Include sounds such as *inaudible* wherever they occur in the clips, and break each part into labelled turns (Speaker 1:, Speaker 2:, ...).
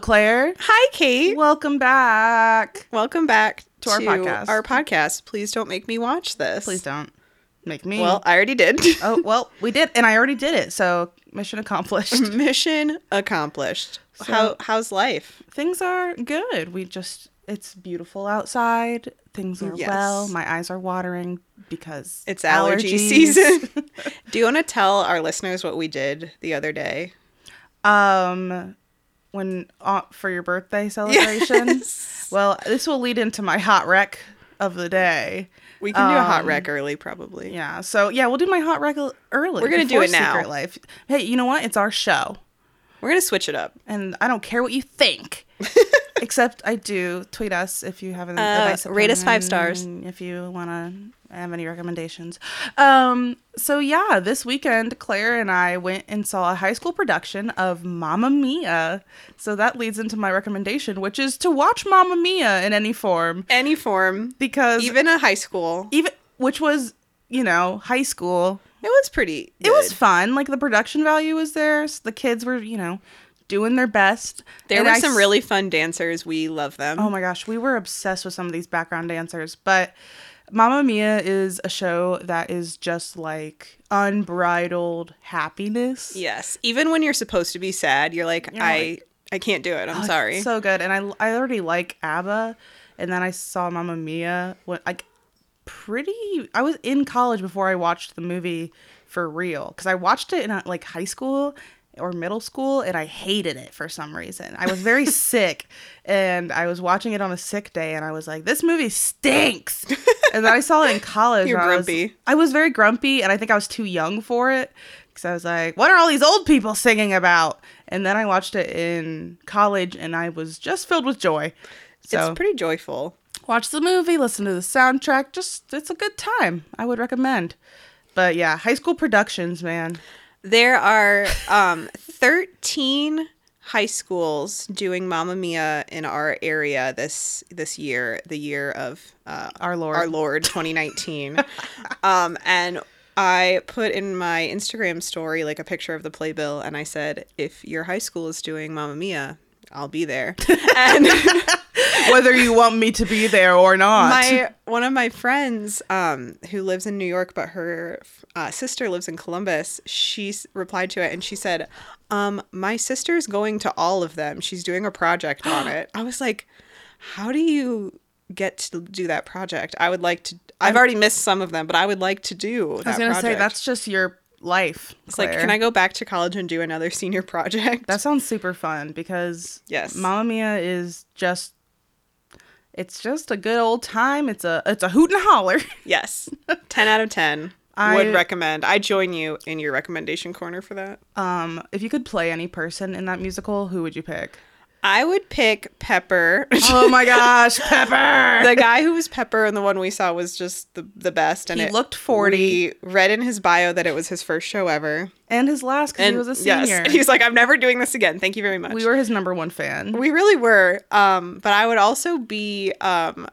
Speaker 1: Claire.
Speaker 2: Hi, Kate.
Speaker 1: Welcome back.
Speaker 2: Welcome back
Speaker 1: To our podcast.
Speaker 2: Our podcast. Please don't make me watch this.
Speaker 1: Please don't make me.
Speaker 2: Well, I already did. *laughs*
Speaker 1: oh, well, we did, and I already did it. So, mission
Speaker 2: Mm-hmm.
Speaker 1: accomplished.
Speaker 2: Mission accomplished.
Speaker 1: So-
Speaker 2: How how's life?
Speaker 1: Things are good. We just, it's beautiful outside. Things are
Speaker 2: Yes.
Speaker 1: well. My eyes are watering because
Speaker 2: It's allergy
Speaker 1: allergies.
Speaker 2: season. Do you want to tell our listeners what we did the other day?
Speaker 1: *laughs* um, when uh, for your
Speaker 2: *laughs*
Speaker 1: birthday celebration.
Speaker 2: Yes.
Speaker 1: Well, this will lead into my hot wreck of the day.
Speaker 2: We can do a hot
Speaker 1: Um,
Speaker 2: wreck early, probably.
Speaker 1: Yeah. So yeah, we'll do my hot wreck el- early.
Speaker 2: We're gonna do
Speaker 1: before
Speaker 2: it now.
Speaker 1: Secret Life. Hey, you know what? It's our show,
Speaker 2: We're gonna switch it up.
Speaker 1: and I don't care what you
Speaker 2: *laughs*
Speaker 1: think. Except I do tweet us if you have an
Speaker 2: Uh,
Speaker 1: advice
Speaker 2: rate us five stars.
Speaker 1: opinion, if you want to have any recommendations. Um, so yeah, this weekend Claire and I went and saw a high school production of Mamma Mia. So that leads into my recommendation, which is to watch Mamma Mia in any form
Speaker 2: Any form,
Speaker 1: because E
Speaker 2: even a high school. It
Speaker 1: even which was you know high school
Speaker 2: was pretty.
Speaker 1: it was
Speaker 2: good.
Speaker 1: fun like the production value was there so the kids were you know doing their best
Speaker 2: There
Speaker 1: And
Speaker 2: were
Speaker 1: I
Speaker 2: some
Speaker 1: s-
Speaker 2: really fun dancers. We love them.
Speaker 1: oh my gosh we were obsessed with some of these background dancers but Mamma Mia is a show that is just like unbridled happiness.
Speaker 2: Yes. Even when you're supposed to be sad, you're like,
Speaker 1: You're
Speaker 2: I
Speaker 1: like,
Speaker 2: I can't do it. I'm
Speaker 1: Oh, it's
Speaker 2: sorry.
Speaker 1: So good. And I, I already like ABBA. And then I saw Mamma Mia. When, like, pretty. I was in college before I watched the movie for real. Because I watched it in uh, like high school or middle school and I hated it for some reason. I was
Speaker 2: *laughs*
Speaker 1: very sick and I was watching it on a sick day and I was like, this movie
Speaker 2: *laughs*
Speaker 1: stinks. And then I saw it in college.
Speaker 2: You're
Speaker 1: and I was-
Speaker 2: grumpy.
Speaker 1: I was very grumpy, and I think I was too young for it because I was like, "What are all these old people singing about?" And then I watched it in college, and I was just filled with joy. So
Speaker 2: It's pretty joyful.
Speaker 1: watch the movie, listen to the soundtrack. Just it's a good time. I would recommend. But yeah, high school productions, man.
Speaker 2: There are um 13 high schools doing Mamma Mia in our area this this year, the year of uh,
Speaker 1: Our Lord.
Speaker 2: Our Lord *laughs* 2019. um and I put in my Instagram story like a picture of the playbill and I said if your high school is doing Mamma Mia, I'll be *laughs* there. And
Speaker 1: Whether you want me to be there or not. *laughs*
Speaker 2: my one of my friends um, who lives in New York, but her uh, sister lives in Columbus. She s- replied to it and she said, um, "My sister's going to all of them. She's doing a
Speaker 1: *gasps*
Speaker 2: project on it." I was like, "How do you get to do that project? I would like to. I've already missed some of them, but I would like to do."
Speaker 1: I was gonna say that's just your life.
Speaker 2: It's like, can I go back to college and do another *laughs* senior project?
Speaker 1: That sounds super fun because
Speaker 2: Yes.
Speaker 1: Mamma Mia is just it's just a good old time. It's a it's a hoot and holler.
Speaker 2: *laughs*
Speaker 1: *laughs*
Speaker 2: yes, ten out of ten.
Speaker 1: I-
Speaker 2: would recommend. I join you in your recommendation corner for that.
Speaker 1: Um, if you could play any person in that musical, who would you pick?
Speaker 2: I would pick Pepper. *laughs*
Speaker 1: Oh my gosh, Pepper!
Speaker 2: the guy who was Pepper and the one we saw was just the, the best. And
Speaker 1: He
Speaker 2: it-
Speaker 1: looked 40.
Speaker 2: We read in his bio that it was his first show ever.
Speaker 1: and his last because
Speaker 2: And
Speaker 1: he was a
Speaker 2: yes,
Speaker 1: senior.
Speaker 2: *laughs* he's like, I'm never doing this again. Thank you very much.
Speaker 1: we were his number one fan.
Speaker 2: *laughs* we really were. Um, but I would also be um,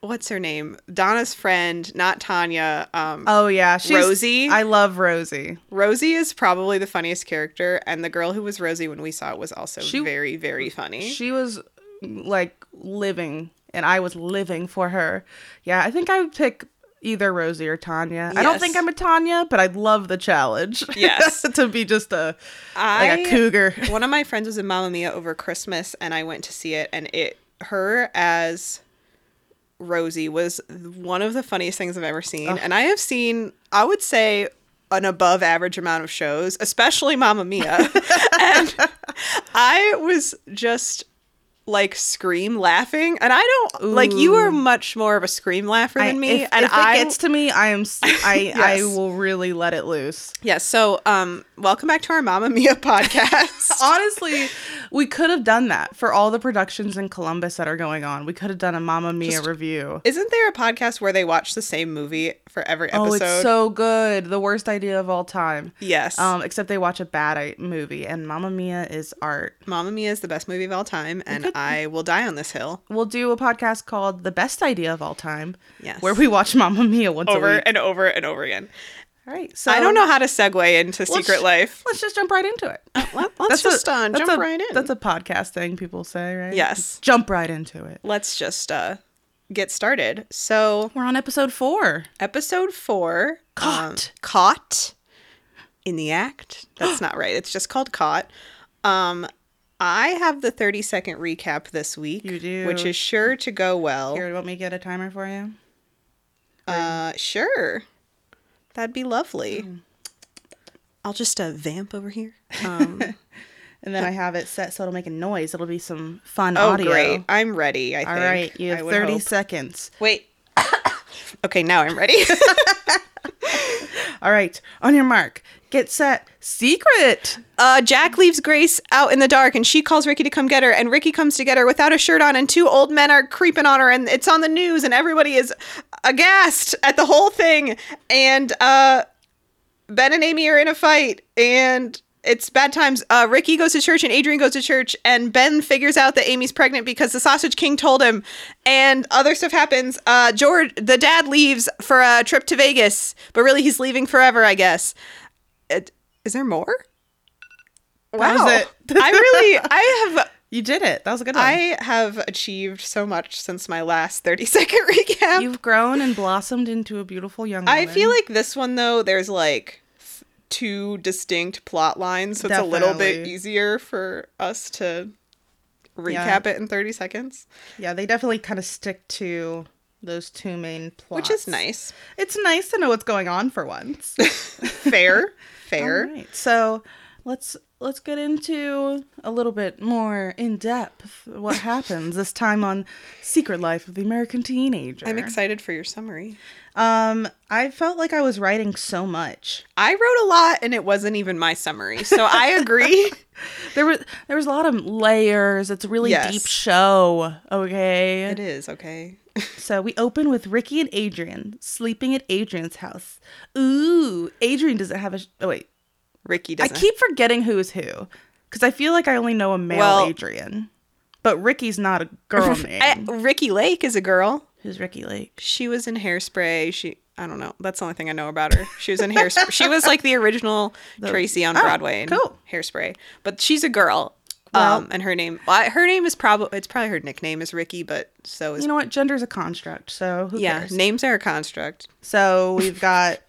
Speaker 2: what's her name? Donna's friend, not Tanya. Um,
Speaker 1: oh yeah, she's,
Speaker 2: Rosie?
Speaker 1: I love Rosie.
Speaker 2: Rosie is probably the funniest character, and the girl who was Rosie when we saw it was also
Speaker 1: She-
Speaker 2: very, very funny.
Speaker 1: She was mm, like living, and I was living for her. Yeah, I think I would pick either Rosie or Tanya. I don't
Speaker 2: Yes.
Speaker 1: think I'm a Tanya, but I'd love the challenge. *laughs*
Speaker 2: Yes.
Speaker 1: to be just a
Speaker 2: I
Speaker 1: like a cougar.
Speaker 2: *laughs* One of my friends was in Mamma Mia over Christmas, and I went to see it, and it her as Rosie was one of the funniest things I've ever seen, and I have seen, I would say, an above average amount of shows, especially
Speaker 1: *laughs*
Speaker 2: Mamma Mia, and I was just like scream laughing, and I don't like you are much more of a scream laugher than
Speaker 1: I-
Speaker 2: me,
Speaker 1: if,
Speaker 2: and
Speaker 1: if
Speaker 2: I
Speaker 1: it gets to me, I am
Speaker 2: *laughs*
Speaker 1: s- I I
Speaker 2: Yes.
Speaker 1: will really let it loose.
Speaker 2: yeah. So, um, welcome back to our Mamma
Speaker 1: *laughs*
Speaker 2: Mia *laughs* podcast.
Speaker 1: Honestly, we could have done that for all the productions in Columbus that are going on. We could have done a Mamma Mia review.
Speaker 2: Isn't there a podcast where they watch the same movie for every episode?
Speaker 1: Oh, it's so good. The worst idea of all time.
Speaker 2: yes. Um,
Speaker 1: Um, except they watch a bad i- movie, and Mamma Mia is art.
Speaker 2: Mamma Mia is the best movie of all time, and I will die on this hill
Speaker 1: We'll do a podcast called The Best Idea of All Time,
Speaker 2: Yes.
Speaker 1: where we watch Mamma Mia once a
Speaker 2: over
Speaker 1: week.
Speaker 2: and over and over again.
Speaker 1: All right. So
Speaker 2: I don't know how to segue into
Speaker 1: let's-
Speaker 2: Secret Life.
Speaker 1: Let's just jump right into it.
Speaker 2: *laughs* Let, us
Speaker 1: That's
Speaker 2: just
Speaker 1: a-
Speaker 2: uh,
Speaker 1: that's
Speaker 2: jump
Speaker 1: a-
Speaker 2: right in.
Speaker 1: That's a podcast thing people say, right?
Speaker 2: Yes.
Speaker 1: Jump right into it.
Speaker 2: let's just uh, get started. So,
Speaker 1: We're on episode four.
Speaker 2: episode four
Speaker 1: Caught.
Speaker 2: caught in the act. *gasps* That's not right. It's just called caught. Um, I have the 30 second recap this week,
Speaker 1: You do.
Speaker 2: which is sure to go well.
Speaker 1: Here, want me to get a timer for you?
Speaker 2: Uh, sure. That'd be lovely. I'll just uh, vamp over here. Um,
Speaker 1: And then I have it set so it'll make a noise. It'll be some fun
Speaker 2: oh,
Speaker 1: audio.
Speaker 2: great. I'm ready, I think.
Speaker 1: All right. You
Speaker 2: I
Speaker 1: have
Speaker 2: would
Speaker 1: 30
Speaker 2: hope.
Speaker 1: seconds.
Speaker 2: Wait. *coughs* okay, now I'm ready. *laughs*
Speaker 1: All right. On your mark. Get set. Secret.
Speaker 2: uh, Jack leaves Grace out in the dark and she calls Ricky to come get her. And Ricky comes to get her without a shirt on. And two old men are creeping on her. And it's on the news. And everybody is aghast at the whole thing. And uh, Ben and Amy are in a fight. And it's bad times. Uh, Ricky goes to church and Adrian goes to church. And Ben figures out that Amy's pregnant because the Sausage King told him. And other stuff happens. Uh, George, the dad, leaves for a trip to Vegas. But really, he's leaving forever, I guess. It, is there more?
Speaker 1: That
Speaker 2: Wow.
Speaker 1: was it. *laughs*
Speaker 2: I really I have
Speaker 1: You did it. That was a good one.
Speaker 2: I have achieved so much since my last 30 second *laughs*
Speaker 1: *laughs*
Speaker 2: recap.
Speaker 1: You've grown and blossomed into a beautiful young woman.
Speaker 2: I feel like this one though there's like th- two distinct plot lines so it's a little bit
Speaker 1: Definitely.
Speaker 2: easier for us to
Speaker 1: Yeah.
Speaker 2: recap it in 30 seconds,
Speaker 1: Yeah, they definitely kind of stick to those two main plots.
Speaker 2: which is nice.
Speaker 1: It's nice to know what's going on for once.
Speaker 2: *laughs* Fair. Fair.
Speaker 1: All right. So let's let's get into a little bit more in depth what
Speaker 2: *laughs*
Speaker 1: happens this time on Secret Life of the American Teenager.
Speaker 2: I'm excited for your summary.
Speaker 1: um, I felt like I was writing so much.
Speaker 2: I wrote a lot and it wasn't even my summary. So I agree.
Speaker 1: There was there was a lot of layers. It's a really
Speaker 2: Yes.
Speaker 1: deep show. Okay.
Speaker 2: *laughs* it is, okay.
Speaker 1: So we open with Ricky and Adrian sleeping at Adrian's house. Ooh, Adrian doesn't have a. Sh- oh wait,
Speaker 2: Ricky
Speaker 1: I
Speaker 2: doesn't.
Speaker 1: keep forgetting who is who because I feel like I only know a male
Speaker 2: Well-
Speaker 1: Adrian, but Ricky's not a girl name.
Speaker 2: *laughs* I- Ricky Lake is a girl.
Speaker 1: Who's Ricky Lake?
Speaker 2: She was in Hairspray. She I don't know. That's the only thing I know about her. She was in Hairspray. she was like the
Speaker 1: *laughs*
Speaker 2: original Tracy on
Speaker 1: oh,
Speaker 2: Broadway. In
Speaker 1: cool.
Speaker 2: Hairspray. But she's a girl.
Speaker 1: Well-
Speaker 2: um, and her name well, her name is probably it's probably her nickname is Ricky, but so is
Speaker 1: You know what? Gender's a construct, so who
Speaker 2: yeah.
Speaker 1: cares?
Speaker 2: Names are a construct.
Speaker 1: So we've got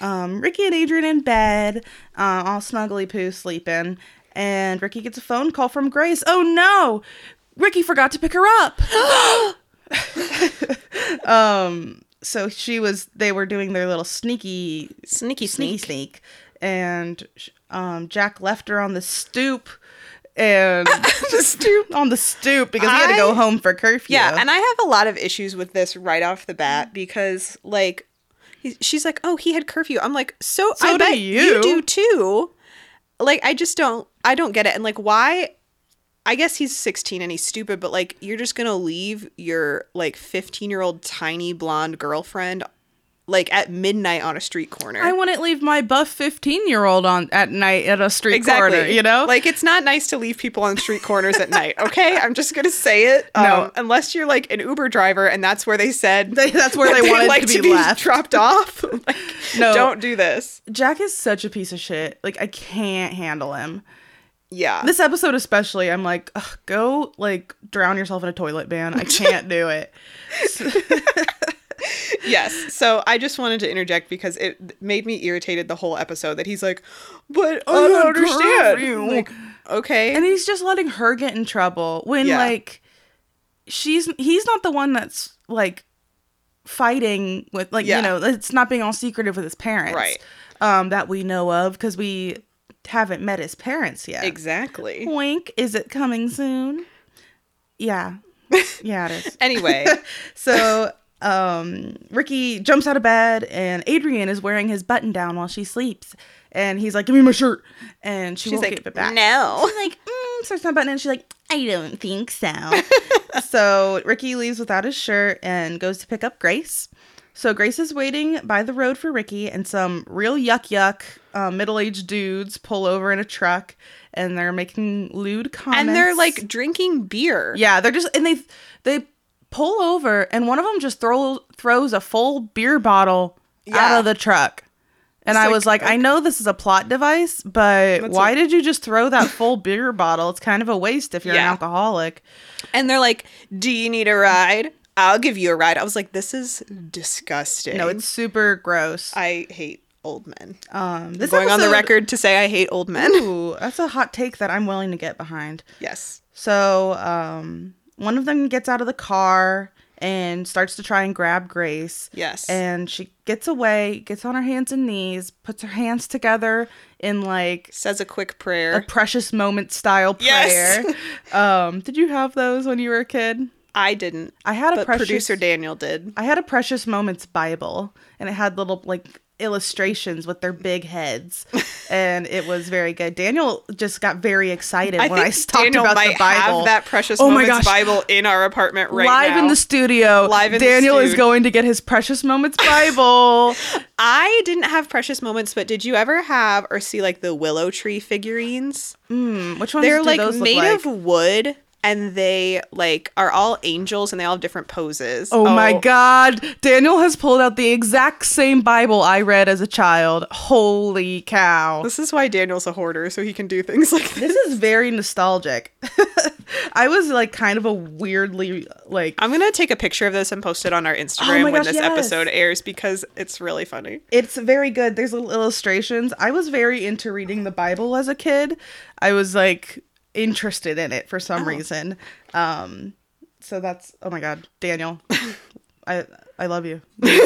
Speaker 1: um, Ricky and Adrian in bed, uh, all snuggly poo sleeping, and Ricky gets a phone call from Grace. Oh no! Ricky forgot to pick her up. *gasps* *laughs* um, so she was. They were doing their little sneaky,
Speaker 2: Sneaky
Speaker 1: sneaky
Speaker 2: sneak.
Speaker 1: sneak, and sh- um, Jack left her on the stoop, and
Speaker 2: *laughs* The stoop.
Speaker 1: on the stoop because he had to go
Speaker 2: I-
Speaker 1: home for curfew.
Speaker 2: Yeah, and I have a lot of issues with this right off the
Speaker 1: Mm.
Speaker 2: bat because like he's, she's like, "Oh, he had curfew." I'm like, "So,
Speaker 1: So
Speaker 2: I
Speaker 1: do
Speaker 2: bet you.
Speaker 1: you."
Speaker 2: do too." Like I just don't I don't get it. And like why I guess he's 16 and he's stupid, but like you're just going to leave your like 15-year-old tiny blonde girlfriend like at midnight on a street corner.
Speaker 1: I wouldn't leave my buff fifteen year old on at night at a street corner. You know,
Speaker 2: like it's not nice to leave people on street corners at night. Okay, I'm just gonna say it. Um,
Speaker 1: *laughs* No.
Speaker 2: unless you're like an Uber driver, and that's where they said
Speaker 1: They- that's where
Speaker 2: that
Speaker 1: they wanted to be left.
Speaker 2: dropped off. *laughs* Like,
Speaker 1: No.
Speaker 2: don't do this.
Speaker 1: Jack is such a piece of shit. Like I can't handle him.
Speaker 2: Yeah,
Speaker 1: This episode especially, I'm like, Ugh, go like drown yourself in a toilet ban. *laughs* I can't do it.
Speaker 2: yes. So I just wanted to interject because it made me irritated the whole episode that he's like, but I
Speaker 1: I
Speaker 2: don't
Speaker 1: had
Speaker 2: understand.
Speaker 1: curfew.
Speaker 2: Like, okay,
Speaker 1: And he's just letting her get in trouble when
Speaker 2: Yeah.
Speaker 1: like she's he's not the one that's like fighting with like
Speaker 2: Yeah.
Speaker 1: you know it's not being all secretive with his parents
Speaker 2: Right.
Speaker 1: um that we know of because we haven't met his parents yet *laughs*
Speaker 2: exactly.
Speaker 1: wink is it coming soon
Speaker 2: *laughs*
Speaker 1: yeah yeah it is
Speaker 2: Anyway,
Speaker 1: So um, Ricky jumps out of bed, and Adrian is wearing his button down while she sleeps. And he's like, "Give me my shirt," and she
Speaker 2: she's
Speaker 1: won't
Speaker 2: like,
Speaker 1: give it back.
Speaker 2: no.
Speaker 1: She's like, mm, starts unbuttoning. and She's like, "I don't think
Speaker 2: *laughs*
Speaker 1: so." so Ricky leaves without his shirt and goes to pick up Grace. So Grace is waiting by the road for Ricky, and some real yuck yuck uh, middle aged dudes pull over in a truck, and they're making lewd comments.
Speaker 2: And they're like drinking beer.
Speaker 1: Yeah, they're just and they they pull over and one of them just throw throws a full beer bottle out
Speaker 2: Yeah.
Speaker 1: of the truck. And I was like, I know this is a plot device, but
Speaker 2: What's
Speaker 1: why
Speaker 2: it-
Speaker 1: did you just throw that full beer bottle? It's kind of a waste if you're an
Speaker 2: Yeah.
Speaker 1: alcoholic.
Speaker 2: And they're like, "Do you need a ride? I'll give you a ride." I was like, "This is disgusting."
Speaker 1: No, it's super gross.
Speaker 2: I hate old men.
Speaker 1: Um, this
Speaker 2: Going on the
Speaker 1: episode-
Speaker 2: record to say I hate old men.
Speaker 1: Ooh, that's a hot take that I'm willing to get behind.
Speaker 2: yes.
Speaker 1: So um, one of them gets out of the car and starts to try and grab Grace.
Speaker 2: Yes.
Speaker 1: And she gets away, gets on her hands and knees, puts her hands together in like
Speaker 2: Says a quick
Speaker 1: a
Speaker 2: prayer.
Speaker 1: precious moment style prayer.
Speaker 2: Yes. *laughs*
Speaker 1: um, did you have those when you were a kid?
Speaker 2: I didn't.
Speaker 1: I had a
Speaker 2: But
Speaker 1: precious
Speaker 2: producer Daniel did.
Speaker 1: I had a precious moments Bible and it had little like illustrations with their big
Speaker 2: *laughs*
Speaker 1: heads and it was very good. Daniel just got very excited when I s- talked
Speaker 2: Daniel
Speaker 1: about
Speaker 2: might
Speaker 1: the Bible.
Speaker 2: have that precious
Speaker 1: Oh my
Speaker 2: moments
Speaker 1: gosh.
Speaker 2: Bible in our apartment right
Speaker 1: live
Speaker 2: now.
Speaker 1: in the studio.
Speaker 2: Live in the
Speaker 1: Daniel is
Speaker 2: stude.
Speaker 1: going to get his precious moments
Speaker 2: *laughs*
Speaker 1: Bible.
Speaker 2: I didn't have precious moments, but did you ever have or see like the willow tree figurines?
Speaker 1: Hmm, which ones
Speaker 2: They're
Speaker 1: do
Speaker 2: like
Speaker 1: those look
Speaker 2: made
Speaker 1: like?
Speaker 2: of wood and they like are all angels and they all have different poses.
Speaker 1: Oh, my god. Daniel has pulled out the exact same Bible I read as a child. Holy cow.
Speaker 2: This is why Daniel's a hoarder, so he can do things like this.
Speaker 1: This is very nostalgic. *laughs* I was like kind of a weirdly like
Speaker 2: I'm gonna take a picture of this and post it on our Instagram when
Speaker 1: gosh,
Speaker 2: this
Speaker 1: yes.
Speaker 2: episode airs because it's really funny.
Speaker 1: it's very good. There's little illustrations. I was very into reading the Bible as a kid. I was like interested in it for some
Speaker 2: Oh.
Speaker 1: reason. Um, so that's oh my god, Daniel, *laughs* I I love you. *laughs*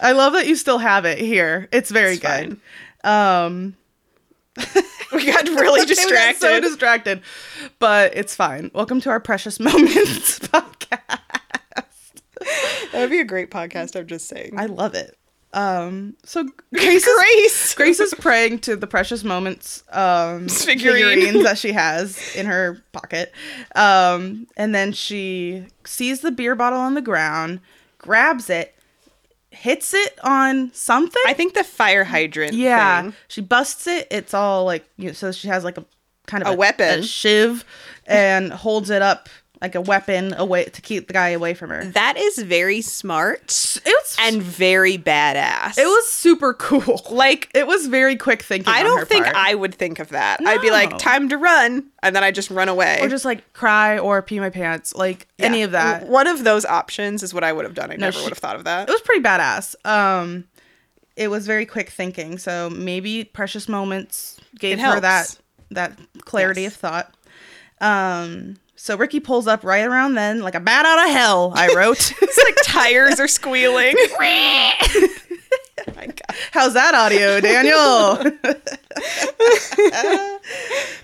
Speaker 1: I love that you still have it here. It's very
Speaker 2: It's
Speaker 1: good.
Speaker 2: fine.
Speaker 1: Um,
Speaker 2: *laughs* We got *laughs* really *laughs* distracted.
Speaker 1: so distracted, but it's fine. Welcome to our precious *laughs* moments podcast.
Speaker 2: that would be a great podcast. I'm just saying.
Speaker 1: I love it. Um,
Speaker 2: *laughs*
Speaker 1: so Grace is
Speaker 2: Grace.
Speaker 1: Grace is praying to the precious moments um,
Speaker 2: *laughs* Figurine.
Speaker 1: figurines that she has in her pocket. Um, and then she sees the beer bottle on the ground, grabs it, hits it on something.
Speaker 2: I think the fire hydrant.
Speaker 1: yeah.
Speaker 2: thing.
Speaker 1: She busts it. It's all like, you know, so she has like a kind of
Speaker 2: A weapon.
Speaker 1: a shiv, and holds it up like a weapon away to keep the guy away from her. It
Speaker 2: That is very smart
Speaker 1: was,
Speaker 2: Mm. and very badass.
Speaker 1: it was super *laughs* cool.
Speaker 2: like
Speaker 1: It was very quick thinking.
Speaker 2: I
Speaker 1: on
Speaker 2: don't
Speaker 1: her
Speaker 2: think
Speaker 1: part.
Speaker 2: I would think of that. I'd be
Speaker 1: No.
Speaker 2: like, time to run, and then I just run away.
Speaker 1: or just like cry or pee my pants, like any
Speaker 2: Yeah.
Speaker 1: of that.
Speaker 2: One of those options is what I would have done. I never
Speaker 1: she-
Speaker 2: would have thought of
Speaker 1: *laughs*
Speaker 2: that.
Speaker 1: It was pretty badass. Um, it was very quick thinking, so maybe precious moments gave
Speaker 2: It
Speaker 1: her that
Speaker 2: helps.
Speaker 1: that clarity
Speaker 2: Yes.
Speaker 1: of thought. Um, so Ricky pulls up right around then, like a bat out of hell. I wrote. *laughs*
Speaker 2: It's like tires are *laughs* squealing. Oh My God.
Speaker 1: How's that audio, Daniel?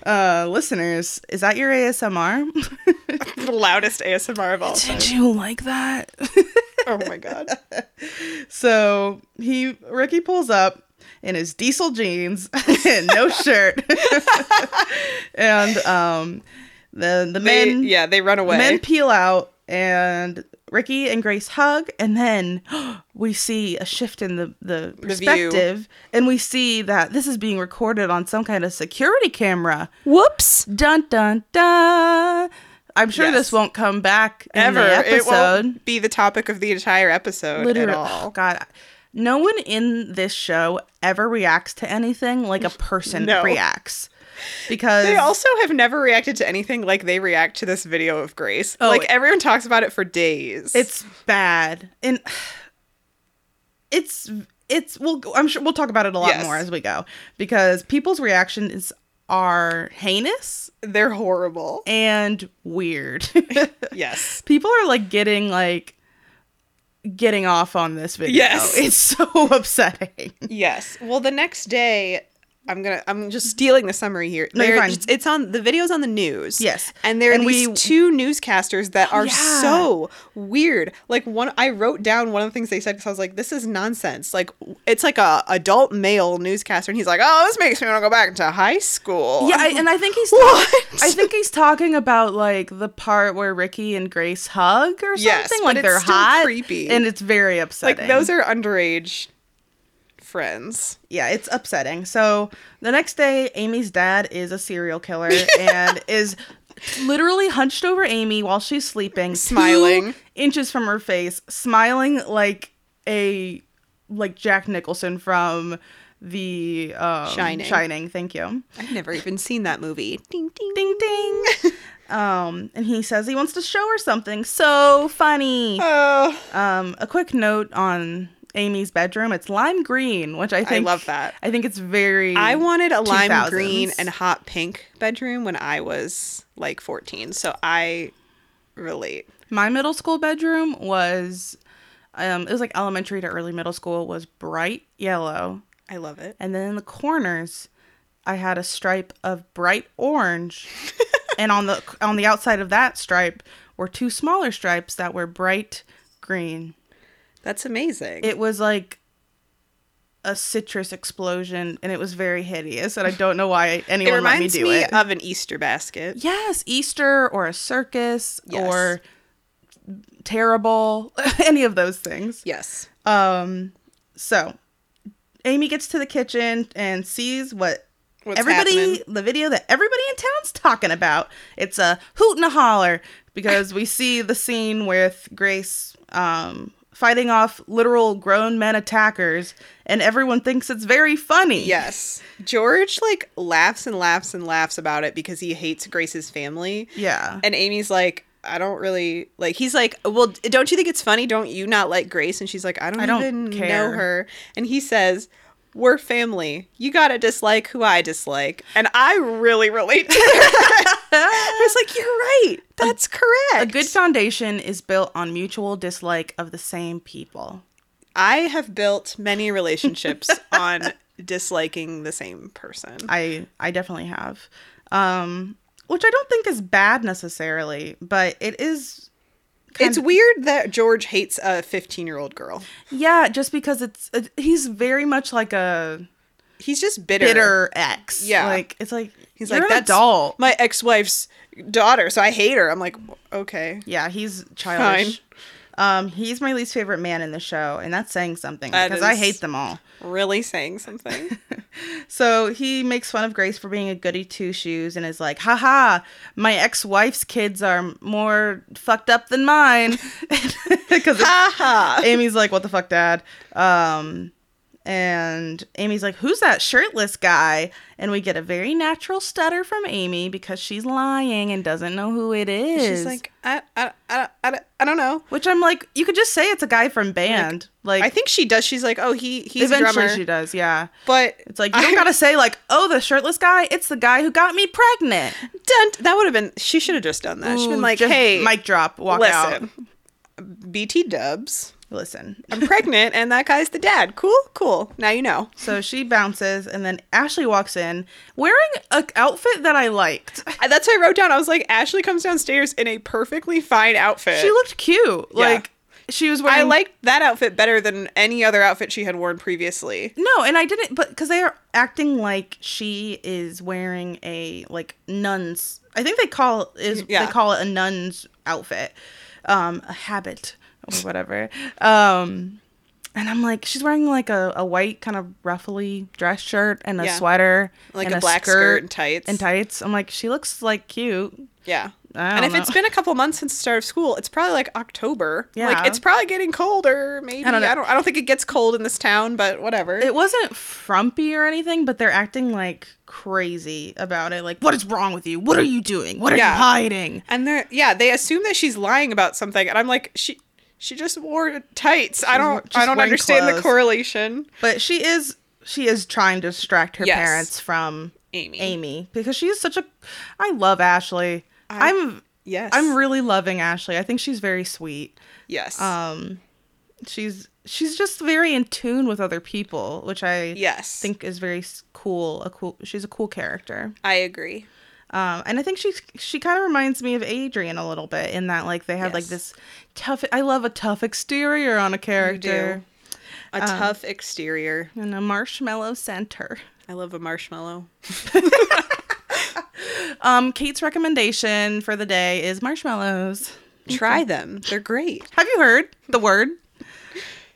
Speaker 1: uh, listeners, is that your ASMR?
Speaker 2: The loudest ASMR of all
Speaker 1: *laughs*
Speaker 2: time.
Speaker 1: Did you like that?
Speaker 2: Oh my god.
Speaker 1: So he Ricky pulls up in his diesel jeans and
Speaker 2: *laughs*
Speaker 1: no shirt, and um, the the
Speaker 2: They,
Speaker 1: men
Speaker 2: yeah, they run away.
Speaker 1: men peel out, and Ricky and Grace hug, and then *gasps* we see a shift in the the
Speaker 2: view.
Speaker 1: perspective, and we see that this is being recorded on some kind of security camera.
Speaker 2: Whoops.
Speaker 1: Dun dun dun. I'm sure this
Speaker 2: Yes.
Speaker 1: won't come back in
Speaker 2: Ever.
Speaker 1: the episode
Speaker 2: It won't be the topic of the entire episode
Speaker 1: literally
Speaker 2: *laughs* at
Speaker 1: oh,
Speaker 2: all.
Speaker 1: god no one in this show ever reacts to anything like a person
Speaker 2: No.
Speaker 1: reacts because
Speaker 2: They also have never reacted to anything like they react to this video of Grace.
Speaker 1: Oh,
Speaker 2: like
Speaker 1: it-
Speaker 2: everyone talks about it for days.
Speaker 1: it's bad and it's it's we'll i'm sure we'll talk about it a lot
Speaker 2: Yes.
Speaker 1: more as we go because people's reactions are heinous
Speaker 2: they're horrible.
Speaker 1: and weird *laughs*
Speaker 2: Yes.
Speaker 1: people are like getting like getting off on this video
Speaker 2: Yes.
Speaker 1: it's so *laughs* upsetting
Speaker 2: Yes. Well, the next day, I'm gonna. I'm just stealing the summary here.
Speaker 1: No, you're
Speaker 2: There-
Speaker 1: fine.
Speaker 2: It's, it's on the videos on the news.
Speaker 1: Yes.
Speaker 2: and there are
Speaker 1: And
Speaker 2: these
Speaker 1: we- Oh,
Speaker 2: two newscasters that are
Speaker 1: yeah.
Speaker 2: so weird. Like one, I wrote down one of the things they said because I was like, "This is nonsense." Like it's like a adult male newscaster, and he's like, "Oh, this makes me want to go back to high school."
Speaker 1: Yeah, I, and I think he's
Speaker 2: What?
Speaker 1: I think he's talking about like the part where Ricky and Grace hug or something.
Speaker 2: Yes, but
Speaker 1: like
Speaker 2: it's
Speaker 1: they're
Speaker 2: still
Speaker 1: hot,
Speaker 2: creepy.
Speaker 1: and it's very
Speaker 2: like
Speaker 1: upsetting.
Speaker 2: those are underage friends.
Speaker 1: yeah, it's upsetting. So the next day, Amy's dad is a serial *laughs* killer and is literally hunched over Amy while she's sleeping, two
Speaker 2: Smiling.
Speaker 1: inches from her face, smiling like a like Jack Nicholson from the um,
Speaker 2: Shining.
Speaker 1: Shining. Thank you.
Speaker 2: I've never even seen that movie. Ding ding.
Speaker 1: Ding ding. um, and he says he wants to show her something so funny.
Speaker 2: *laughs* Oh,
Speaker 1: Um, a quick note on Amy's bedroom. It's lime green, which I think
Speaker 2: love that.
Speaker 1: I think it's very.
Speaker 2: I wanted a lime
Speaker 1: 2000s.
Speaker 2: green and hot pink bedroom when I was like 14, so I relate.
Speaker 1: my middle school bedroom was, um, it was like elementary to early middle school was bright yellow,
Speaker 2: I love it.
Speaker 1: and then in the corners, I had a stripe of bright
Speaker 2: *laughs*
Speaker 1: orange, and on the on the outside of that stripe were two smaller stripes that were bright green.
Speaker 2: That's amazing.
Speaker 1: It was like a citrus explosion, and it was very hideous. And I don't know why
Speaker 2: *laughs* It
Speaker 1: anyone let me
Speaker 2: reminds
Speaker 1: do
Speaker 2: me,
Speaker 1: it.
Speaker 2: of an Easter
Speaker 1: *laughs*
Speaker 2: basket.
Speaker 1: Yes, Easter or a circus
Speaker 2: Yes.
Speaker 1: or terrible, *laughs* any of those things.
Speaker 2: Yes.
Speaker 1: Um, so Amy gets to the kitchen and sees what
Speaker 2: What's
Speaker 1: everybody
Speaker 2: happening?
Speaker 1: the video that everybody in town's talking about. It's a hoot and a holler because we see the scene with Grace um fighting off literal grown men attackers and everyone thinks it's very funny.
Speaker 2: Yes. George like laughs and laughs and laughs about it because he hates Grace's family.
Speaker 1: Yeah. *laughs*
Speaker 2: And Amy's like, I don't really like he's like, Well, don't you think it's funny? Don't you not like Grace? And she's like, I don't
Speaker 1: I don't
Speaker 2: even
Speaker 1: care."
Speaker 2: know her. And he says, We're family. You gotta dislike who I dislike. And I really relate
Speaker 1: *laughs*
Speaker 2: to that. I was like, You're right. That's correct.
Speaker 1: A good foundation is built on mutual dislike of the same people.
Speaker 2: I have built many
Speaker 1: *laughs*
Speaker 2: relationships on disliking the same person.
Speaker 1: I I definitely have. Um which I don't think is bad necessarily, but it is
Speaker 2: It's weird that George hates a 15 year old girl.
Speaker 1: yeah, just because it's uh, he's very much like a
Speaker 2: He's just bitter.
Speaker 1: bitter ex.
Speaker 2: Yeah.
Speaker 1: Like it's like he's
Speaker 2: He's
Speaker 1: You're
Speaker 2: like,
Speaker 1: like an
Speaker 2: that's
Speaker 1: adult.
Speaker 2: my ex wife's daughter, so I hate her. I'm like, okay.
Speaker 1: Yeah, he's childish. Um he's my least favorite man in the show, and that's saying something
Speaker 2: That
Speaker 1: because I
Speaker 2: is-
Speaker 1: hate them all.
Speaker 2: Really
Speaker 1: *laughs*
Speaker 2: saying something.
Speaker 1: So he makes fun of Grace for being a goody two shoes and is like, haha, my ex wife's kids are more fucked up than mine. *laughs* Because
Speaker 2: Haha.
Speaker 1: Amy's like, what the fuck, dad? Um, and Amy's like, who's that shirtless guy? And we get a very natural stutter from Amy because she's lying and doesn't know who it is.
Speaker 2: She's like, I, I, I, I, I don't know.
Speaker 1: which I'm like, you could just say it's a guy from band. Like,
Speaker 2: I think she does. She's like, oh, he, he's a
Speaker 1: eventually
Speaker 2: drummer.
Speaker 1: she does, yeah.
Speaker 2: but
Speaker 1: It's
Speaker 2: *laughs*
Speaker 1: like you don't gotta say like, oh, the shirtless guy. It's the guy who got me pregnant.
Speaker 2: dun, that would have been. She should have just done that. She's been
Speaker 1: Ooh,
Speaker 2: like,
Speaker 1: just
Speaker 2: hey,
Speaker 1: mic drop, walk out.
Speaker 2: listen, BT Dubs,
Speaker 1: Listen.
Speaker 2: I'm pregnant, and that guy's the dad. Cool, cool. Now you know.
Speaker 1: So she bounces, and then Ashley walks in wearing an outfit that I liked.
Speaker 2: I- That's what I wrote down. I was like, Ashley comes downstairs in a perfectly fine outfit.
Speaker 1: She looked cute. Like she was wearing.
Speaker 2: Eh, I liked that outfit better than any other outfit she had worn previously.
Speaker 1: No, and I didn't, but because they are acting like she is wearing a like nun's. I think they call is
Speaker 2: Yeah.
Speaker 1: they call it a nun's outfit, um, a habit or whatever. um, and I'm like, she's wearing like a, a white kind of ruffly dress shirt and a
Speaker 2: Yeah.
Speaker 1: sweater,
Speaker 2: Like
Speaker 1: and
Speaker 2: a black skirt and tights.
Speaker 1: and tights. I'm like, she looks like cute.
Speaker 2: Yeah.
Speaker 1: I
Speaker 2: And
Speaker 1: don't
Speaker 2: if
Speaker 1: know.
Speaker 2: it's been a couple months since the start of school, it's probably like October.
Speaker 1: Yeah.
Speaker 2: Like it's probably getting colder, maybe. I
Speaker 1: don't
Speaker 2: don't,
Speaker 1: know.
Speaker 2: I don't think it gets cold in this town, but whatever.
Speaker 1: It wasn't frumpy or anything, but they're acting like crazy about it. Like, what is wrong with you? What are you doing? What are
Speaker 2: Yeah.
Speaker 1: you hiding?
Speaker 2: and they're yeah, they assume that she's lying about something and I'm like, she she just wore tights. I don't
Speaker 1: just
Speaker 2: I don't
Speaker 1: wearing
Speaker 2: understand
Speaker 1: clothes.
Speaker 2: the correlation.
Speaker 1: But she is she is trying to distract her
Speaker 2: Yes.
Speaker 1: parents from
Speaker 2: Amy.
Speaker 1: Amy because she is such a I love Ashley. I, am
Speaker 2: Yes.
Speaker 1: I'm really loving Ashley. I think she's very sweet.
Speaker 2: Yes.
Speaker 1: Um she's she's just very in tune with other people, which I
Speaker 2: yes.
Speaker 1: think is very s- cool. A cool she's a cool character.
Speaker 2: I agree.
Speaker 1: Um, and I think she she kind of reminds me of Adrian a little bit in that like they have like
Speaker 2: Yes.
Speaker 1: this tough. I love a tough exterior on a character
Speaker 2: A
Speaker 1: Um,
Speaker 2: tough exterior.
Speaker 1: and a marshmallow center.
Speaker 2: I love
Speaker 1: *laughs*
Speaker 2: a marshmallow.
Speaker 1: Um, Kate's recommendation for the day is marshmallows.
Speaker 2: *laughs* Try them. They're great.
Speaker 1: Have you heard the word?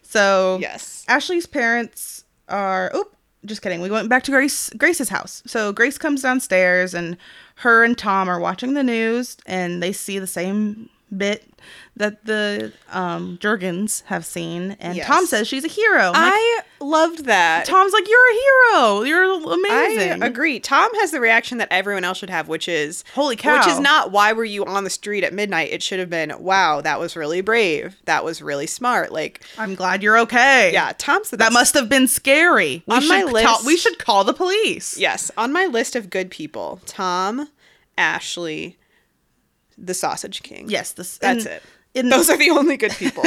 Speaker 1: So
Speaker 2: Yes.
Speaker 1: Ashley's parents are. Oop, just kidding. We went back to Grace Grace's house. So Grace comes downstairs, and her and Tom are watching the news, and they see the same bit that the um, Jurgens have seen, and
Speaker 2: Yes.
Speaker 1: Tom says she's a hero. I'm like,
Speaker 2: I loved that.
Speaker 1: Tom's like, "You're a hero. You're amazing."
Speaker 2: I agree. Tom has the reaction that everyone else should have, which is
Speaker 1: Holy cow.
Speaker 2: Which is not why were you on the street at midnight? It should have been, wow, that was really brave. That was really smart. Like,
Speaker 1: I'm glad you're okay.
Speaker 2: yeah, Tom's the
Speaker 1: that
Speaker 2: best.
Speaker 1: must have been scary. We
Speaker 2: On my
Speaker 1: should call-
Speaker 2: list-
Speaker 1: we should call the police.
Speaker 2: Yes, on my list of good people, Tom, Ashley, the Sausage King.
Speaker 1: Yes, this,
Speaker 2: that's
Speaker 1: and-
Speaker 2: it.
Speaker 1: and-
Speaker 2: Those are the only
Speaker 1: *laughs*
Speaker 2: good people.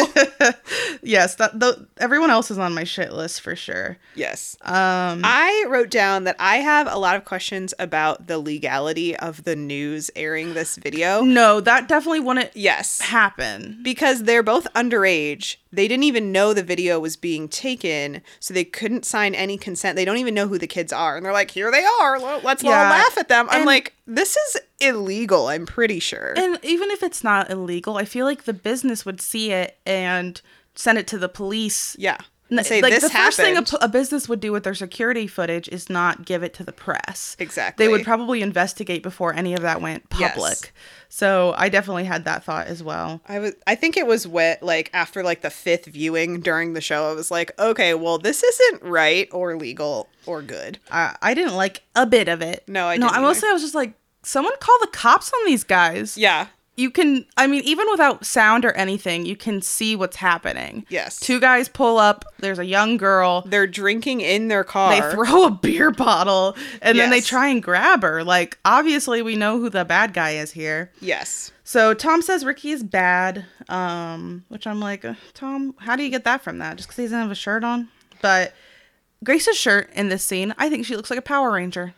Speaker 1: yes, that the, everyone else is on my shit list for sure.
Speaker 2: yes.
Speaker 1: Um,
Speaker 2: I wrote down that I have a lot of questions about the legality of the news airing this video.
Speaker 1: no, that definitely wouldn't
Speaker 2: Yes.
Speaker 1: happen.
Speaker 2: because they're both underage. They didn't even know the video was being taken, so they couldn't sign any consent. They don't even know who the kids are, and they're like, "Here they are. lo- Let's all
Speaker 1: Yeah.
Speaker 2: laugh at them." I'm
Speaker 1: And-
Speaker 2: like, "This is illegal." I'm pretty sure.
Speaker 1: And even if it's not illegal, I feel like the business would see it and send it to the police.
Speaker 2: yeah,
Speaker 1: N-
Speaker 2: say
Speaker 1: like
Speaker 2: this
Speaker 1: the first thing a,
Speaker 2: happened.
Speaker 1: p- a business would do with their security footage is not give it to the press.
Speaker 2: exactly.
Speaker 1: They would probably investigate before any of that went
Speaker 2: Yes.
Speaker 1: public. So I definitely had that thought as well.
Speaker 2: I was. I think it was wet. Like after like the fifth viewing during the show, I was like, "Okay, well, this isn't right or legal or good."
Speaker 1: I, I didn't like a bit of it.
Speaker 2: No, I
Speaker 1: no.
Speaker 2: didn't
Speaker 1: I will
Speaker 2: either.
Speaker 1: say I was just like, someone call the cops on these guys.
Speaker 2: Yeah.
Speaker 1: you can i mean even without sound or anything you can see what's happening
Speaker 2: Yes.
Speaker 1: two guys pull up there's a young girl
Speaker 2: They're drinking in their car.
Speaker 1: they throw a beer bottle and then they
Speaker 2: Yes.
Speaker 1: try and grab her like obviously we know who the bad guy is here
Speaker 2: yes.
Speaker 1: so tom says ricky is bad um which i'm like "Ugh, tom how do you get that from that just because he doesn't have a shirt on but grace's shirt in this scene i think she looks like a power ranger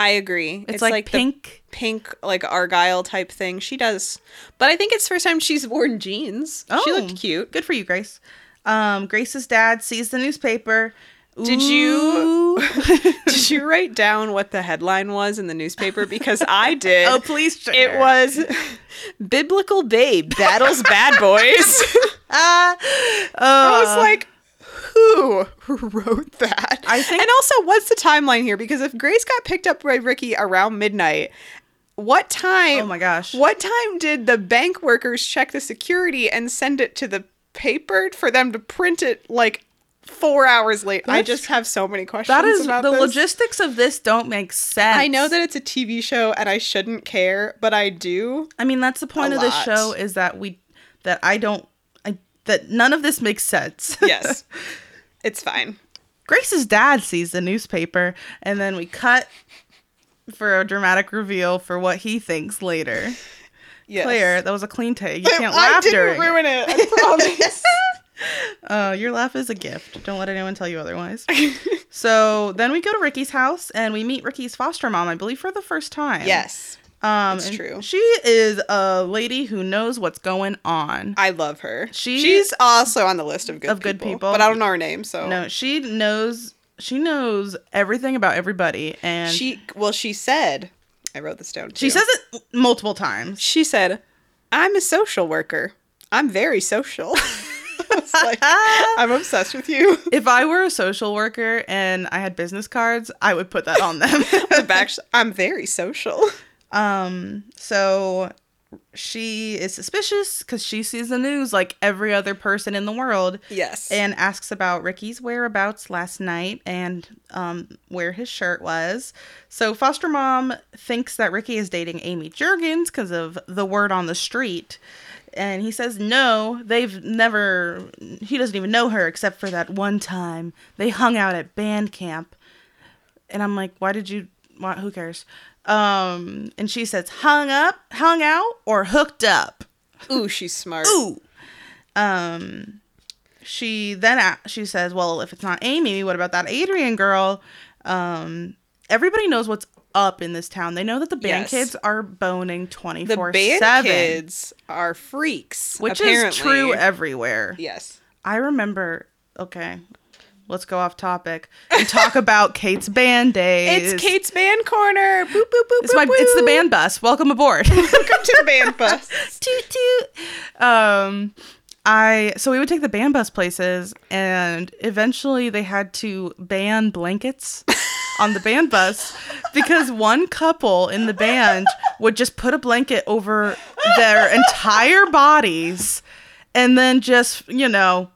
Speaker 2: I agree.
Speaker 1: it's, like,
Speaker 2: the-
Speaker 1: pink
Speaker 2: pink like argyle type thing. She does, but I think it's first time she's worn jeans.
Speaker 1: Oh.
Speaker 2: she looked cute. *laughs*
Speaker 1: Good for you, Grace. Um, Grace's dad sees the newspaper.
Speaker 2: Did you-
Speaker 1: Ooh.
Speaker 2: Did you write down what the headline was in the newspaper? Because I
Speaker 1: *laughs*
Speaker 2: did. *laughs*
Speaker 1: oh, please. Share.
Speaker 2: It was *laughs* biblical babe battles bad boys.
Speaker 1: *laughs* Uh,
Speaker 2: I was like. Who *laughs* wrote that?
Speaker 1: I think-
Speaker 2: And also, what's the timeline here? Because if Grace got picked up by Ricky around midnight, what time?
Speaker 1: Oh my gosh.
Speaker 2: What time did the bank workers check the security and send it to the paper for them to print it like four hours late? I
Speaker 1: That's-
Speaker 2: just have so many questions.
Speaker 1: that is the
Speaker 2: about this.
Speaker 1: logistics of this don't make sense.
Speaker 2: I know that it's a TV show and I shouldn't care, but
Speaker 1: *laughs*
Speaker 2: I do.
Speaker 1: I mean, that's the point
Speaker 2: A
Speaker 1: of this
Speaker 2: lot.
Speaker 1: show is that we that I don't I that none of this makes sense.
Speaker 2: Yes, it's fine.
Speaker 1: *laughs* Grace's dad sees the newspaper, and then we cut for a dramatic reveal for what he thinks later.
Speaker 2: Yes.
Speaker 1: Claire, that was a clean take. You can't
Speaker 2: I
Speaker 1: laugh
Speaker 2: didn't
Speaker 1: during. it.
Speaker 2: ruin
Speaker 1: *laughs*
Speaker 2: it. I promise.
Speaker 1: Uh, your laugh is a gift. Don't let anyone tell you
Speaker 2: *laughs*
Speaker 1: otherwise. so then we go to Ricky's house and we meet Ricky's foster mom, I believe, for the first time.
Speaker 2: yes,
Speaker 1: um,
Speaker 2: it's
Speaker 1: and
Speaker 2: true.
Speaker 1: She is a lady who knows what's going on.
Speaker 2: I love her.
Speaker 1: She-
Speaker 2: She's also on the list of good
Speaker 1: Of good people.
Speaker 2: but I don't know her name. So
Speaker 1: No, she knows. She knows everything about everybody, and she
Speaker 2: she. Well, she said. I wrote this down. Too.
Speaker 1: she says it multiple times.
Speaker 2: She said, I'm a social worker. I'm very social. *laughs* I was
Speaker 1: *laughs*
Speaker 2: like, I'm obsessed with you.
Speaker 1: If I were a social worker and I had business cards, I would put that on
Speaker 2: *laughs*
Speaker 1: them. *laughs*
Speaker 2: The back, I'm very social.
Speaker 1: Um, so she is suspicious because she sees the news like every other person in the world
Speaker 2: Yes.
Speaker 1: and asks about Ricky's whereabouts last night and um, where his shirt was. So foster mom thinks that Ricky is dating Amy Jurgens because of the word on the street. And he says, no, they've never, he doesn't even know her except for that one time they hung out at band camp. And I'm like, why did you, why, who cares? Um, and she says, hung up, hung out, or hooked up.
Speaker 2: ooh, she's smart.
Speaker 1: Ooh. Um, she then a- she says, "Well, if it's not Amy, what about that Adrian girl?" Um, everybody knows what's up in this town. They know that the band
Speaker 2: Yes.
Speaker 1: kids are boning twenty
Speaker 2: the
Speaker 1: four
Speaker 2: band
Speaker 1: seven,
Speaker 2: kids are freaks.
Speaker 1: which
Speaker 2: apparently.
Speaker 1: is true e-, everywhere.
Speaker 2: yes.
Speaker 1: I remember. Okay, let's go off topic and talk about Kate's band days.
Speaker 2: It's Kate's band corner. Boop, boop, boop,
Speaker 1: It's my.
Speaker 2: boop,
Speaker 1: It's the
Speaker 2: boop.
Speaker 1: band bus. Welcome aboard. *laughs*
Speaker 2: Welcome to the band bus.
Speaker 1: toot toot. Um, I so we would take the band bus places, and eventually they had to ban blankets on the band bus because one couple in the band would just put a blanket over their entire bodies and then just, you know,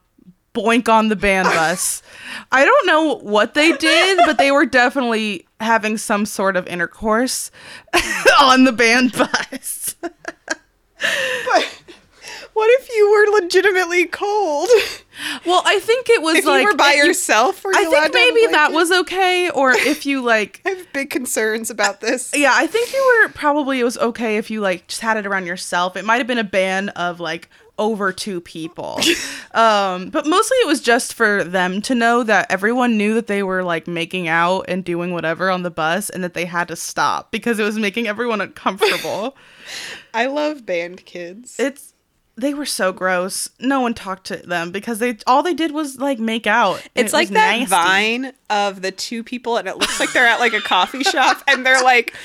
Speaker 1: boink on the band bus. I don't know what they did, but they were definitely having some sort of intercourse *laughs* on the band bus.
Speaker 2: What if you were legitimately cold? *laughs*
Speaker 1: Well, I think it was
Speaker 2: If
Speaker 1: like
Speaker 2: you were by
Speaker 1: it- you-
Speaker 2: yourself, were you
Speaker 1: I
Speaker 2: allowed
Speaker 1: think
Speaker 2: to have a
Speaker 1: maybe that
Speaker 2: blanket?
Speaker 1: was okay, or if you like
Speaker 2: *laughs* I have big concerns about this.
Speaker 1: Yeah, I think you were probably it was okay if you like just had it around yourself. It might have been a ban of like over two
Speaker 2: *laughs*
Speaker 1: people. um, but mostly it was just for them to know that everyone knew that they were like making out and doing whatever on the bus and that they had to stop because it was making everyone
Speaker 2: *laughs*
Speaker 1: uncomfortable.
Speaker 2: I love band kids.
Speaker 1: it's they were so gross. No one talked to them because they all they did was like make out. and
Speaker 2: It's
Speaker 1: it was
Speaker 2: like that
Speaker 1: nasty.
Speaker 2: vine of the two people, and it looks like they're at like a coffee shop, and they're like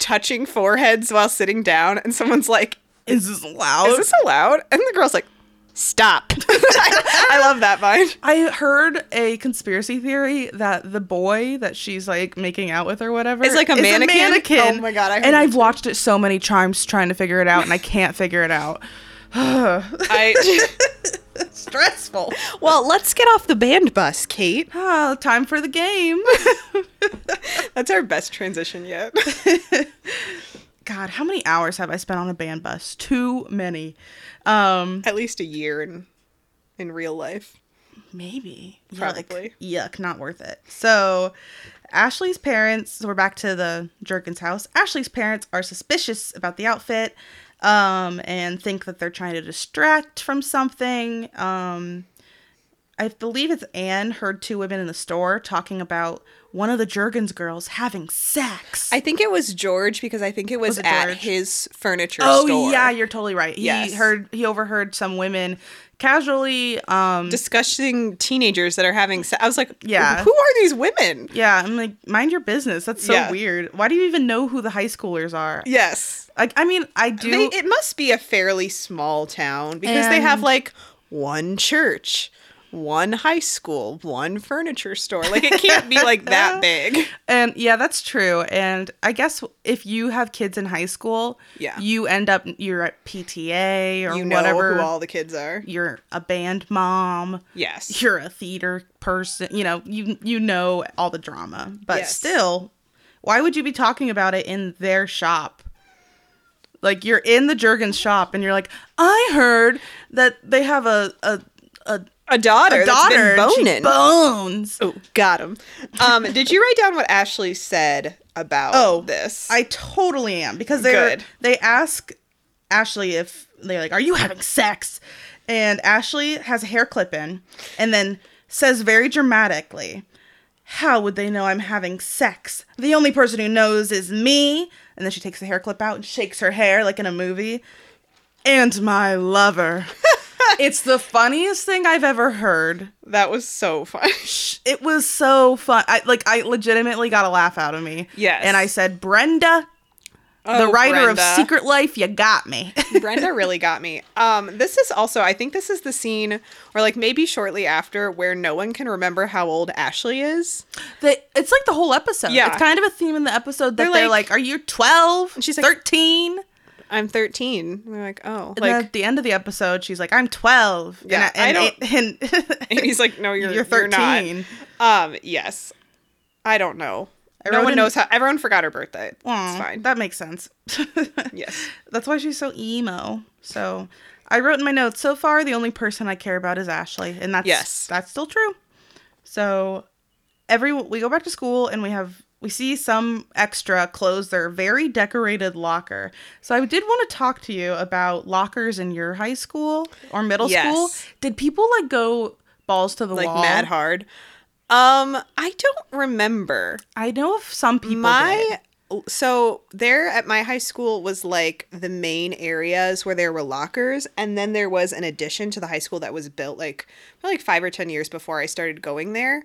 Speaker 2: touching foreheads while sitting down, and someone's like,
Speaker 1: Is this loud?
Speaker 2: "Is this allowed?" And the girl's like, "Stop!" *laughs* I, I love that vine.
Speaker 1: I heard a conspiracy theory that the boy that she's like making out with or whatever
Speaker 2: Is like a mannequin?
Speaker 1: mannequin.
Speaker 2: Oh my God, I heard
Speaker 1: and
Speaker 2: that
Speaker 1: I've
Speaker 2: too.
Speaker 1: watched it so many times trying to figure it out, and I can't figure it
Speaker 2: *laughs*
Speaker 1: out.
Speaker 2: I
Speaker 1: Stressful.
Speaker 2: well, let's get off the band bus, Kate.
Speaker 1: Ah, time for the game.
Speaker 2: *laughs* That's our best transition yet.
Speaker 1: God, how many hours have I spent on a band bus? Too many. Um,
Speaker 2: at least a year in in real life.
Speaker 1: maybe. Yuck.
Speaker 2: Probably.
Speaker 1: Yuck, not worth it. So, Ashley's parents, so we're back to the Jerkins house. Ashley's parents are suspicious about the outfit um, and think that they're trying to distract from something. Um, I believe it's Anne heard two women in the store talking about one of the Jergens girls having sex.
Speaker 2: I think it was George because I think it was,
Speaker 1: Was it
Speaker 2: at
Speaker 1: George?
Speaker 2: his furniture
Speaker 1: oh,
Speaker 2: store.
Speaker 1: yeah, you're totally right. He
Speaker 2: Yes.
Speaker 1: heard, he overheard some women casually um,
Speaker 2: discussing teenagers that are having se- I was like,
Speaker 1: Yeah.
Speaker 2: who are these women?
Speaker 1: Yeah, I'm like, mind your business. That's so
Speaker 2: Yeah.
Speaker 1: weird. Why do you even know who the high schoolers are?
Speaker 2: Yes.
Speaker 1: Like, I mean, I do.
Speaker 2: They, it must be a fairly small town because they have
Speaker 1: And-
Speaker 2: like one church, one high school, one furniture store. Like it can't be like *laughs* that big.
Speaker 1: and yeah, that's true. And I guess if you have kids in high school,
Speaker 2: Yeah.
Speaker 1: you end up you're at PTA or
Speaker 2: You know
Speaker 1: whatever.
Speaker 2: who all the kids are.
Speaker 1: you're a band mom.
Speaker 2: Yes.
Speaker 1: You're a theater person. You know, you you know all the drama. But
Speaker 2: Yes.
Speaker 1: still, why would you be talking about it in their shop? Like you're in the Jurgens shop and you're like, I heard that they have a a a
Speaker 2: A daughter.
Speaker 1: daughter and
Speaker 2: That's been
Speaker 1: she
Speaker 2: boning.
Speaker 1: bones.
Speaker 2: Oh, got him. Um, did you write down what Ashley said about
Speaker 1: Oh,
Speaker 2: this?
Speaker 1: I totally am because they are
Speaker 2: Good.
Speaker 1: they ask Ashley if they're like, "Are you having sex?" And Ashley has a hair clip in, and then says very dramatically, "How would they know I'm having sex? The only person who knows is me." And then she takes the hair clip out and shakes her hair like in a movie. And my
Speaker 2: *laughs*
Speaker 1: lover. it's the funniest thing I've ever heard.
Speaker 2: that was
Speaker 1: *laughs*
Speaker 2: so fun.
Speaker 1: It was so fun. I like I legitimately got a laugh out of me.
Speaker 2: Yes.
Speaker 1: And I said, Brenda, the
Speaker 2: Oh,
Speaker 1: writer
Speaker 2: Brenda.
Speaker 1: of Secret Life, you got me.
Speaker 2: *laughs* Brenda really got me. Um, this is also, I think this is the scene, or like maybe shortly after, where no one can remember how old Ashley is.
Speaker 1: They- it's like the whole episode.
Speaker 2: Yeah.
Speaker 1: It's kind of a theme in the episode that they're,
Speaker 2: They're
Speaker 1: like,
Speaker 2: like-
Speaker 1: Are you 12?
Speaker 2: And she's like-
Speaker 1: 13?
Speaker 2: I'm 13. And they're like, oh,
Speaker 1: and then
Speaker 2: like,
Speaker 1: at the end of the episode, she's like, I'm 12.
Speaker 2: Yeah, I
Speaker 1: and,
Speaker 2: don't-
Speaker 1: and,
Speaker 2: *laughs*
Speaker 1: and-
Speaker 2: *laughs*
Speaker 1: *laughs*
Speaker 2: and he's like, no, you're
Speaker 1: You're
Speaker 2: you're 13.
Speaker 1: 13.
Speaker 2: Um, yes, I don't know.
Speaker 1: I
Speaker 2: no
Speaker 1: wrote
Speaker 2: one
Speaker 1: in-
Speaker 2: knows how. Everyone forgot her birthday. It's
Speaker 1: Aw,
Speaker 2: fine.
Speaker 1: That makes sense. *laughs*
Speaker 2: yes.
Speaker 1: That's why she's so emo. So I wrote in my notes so far the only person I care about is Ashley, and that's
Speaker 2: Yes.
Speaker 1: that's still true. So every we go back to school and we have we see some extra close their very decorated locker. So I did want to talk to you about lockers in your high school or middle
Speaker 2: Yes.
Speaker 1: school. Did people like go balls to the
Speaker 2: Like
Speaker 1: wall?
Speaker 2: mad hard. Um, I don't remember.
Speaker 1: I know of some people. did.
Speaker 2: my so there at my high school was like the main areas where there were lockers and then there was an addition to the high school that was built like probably like 5 or 10 years before I started going there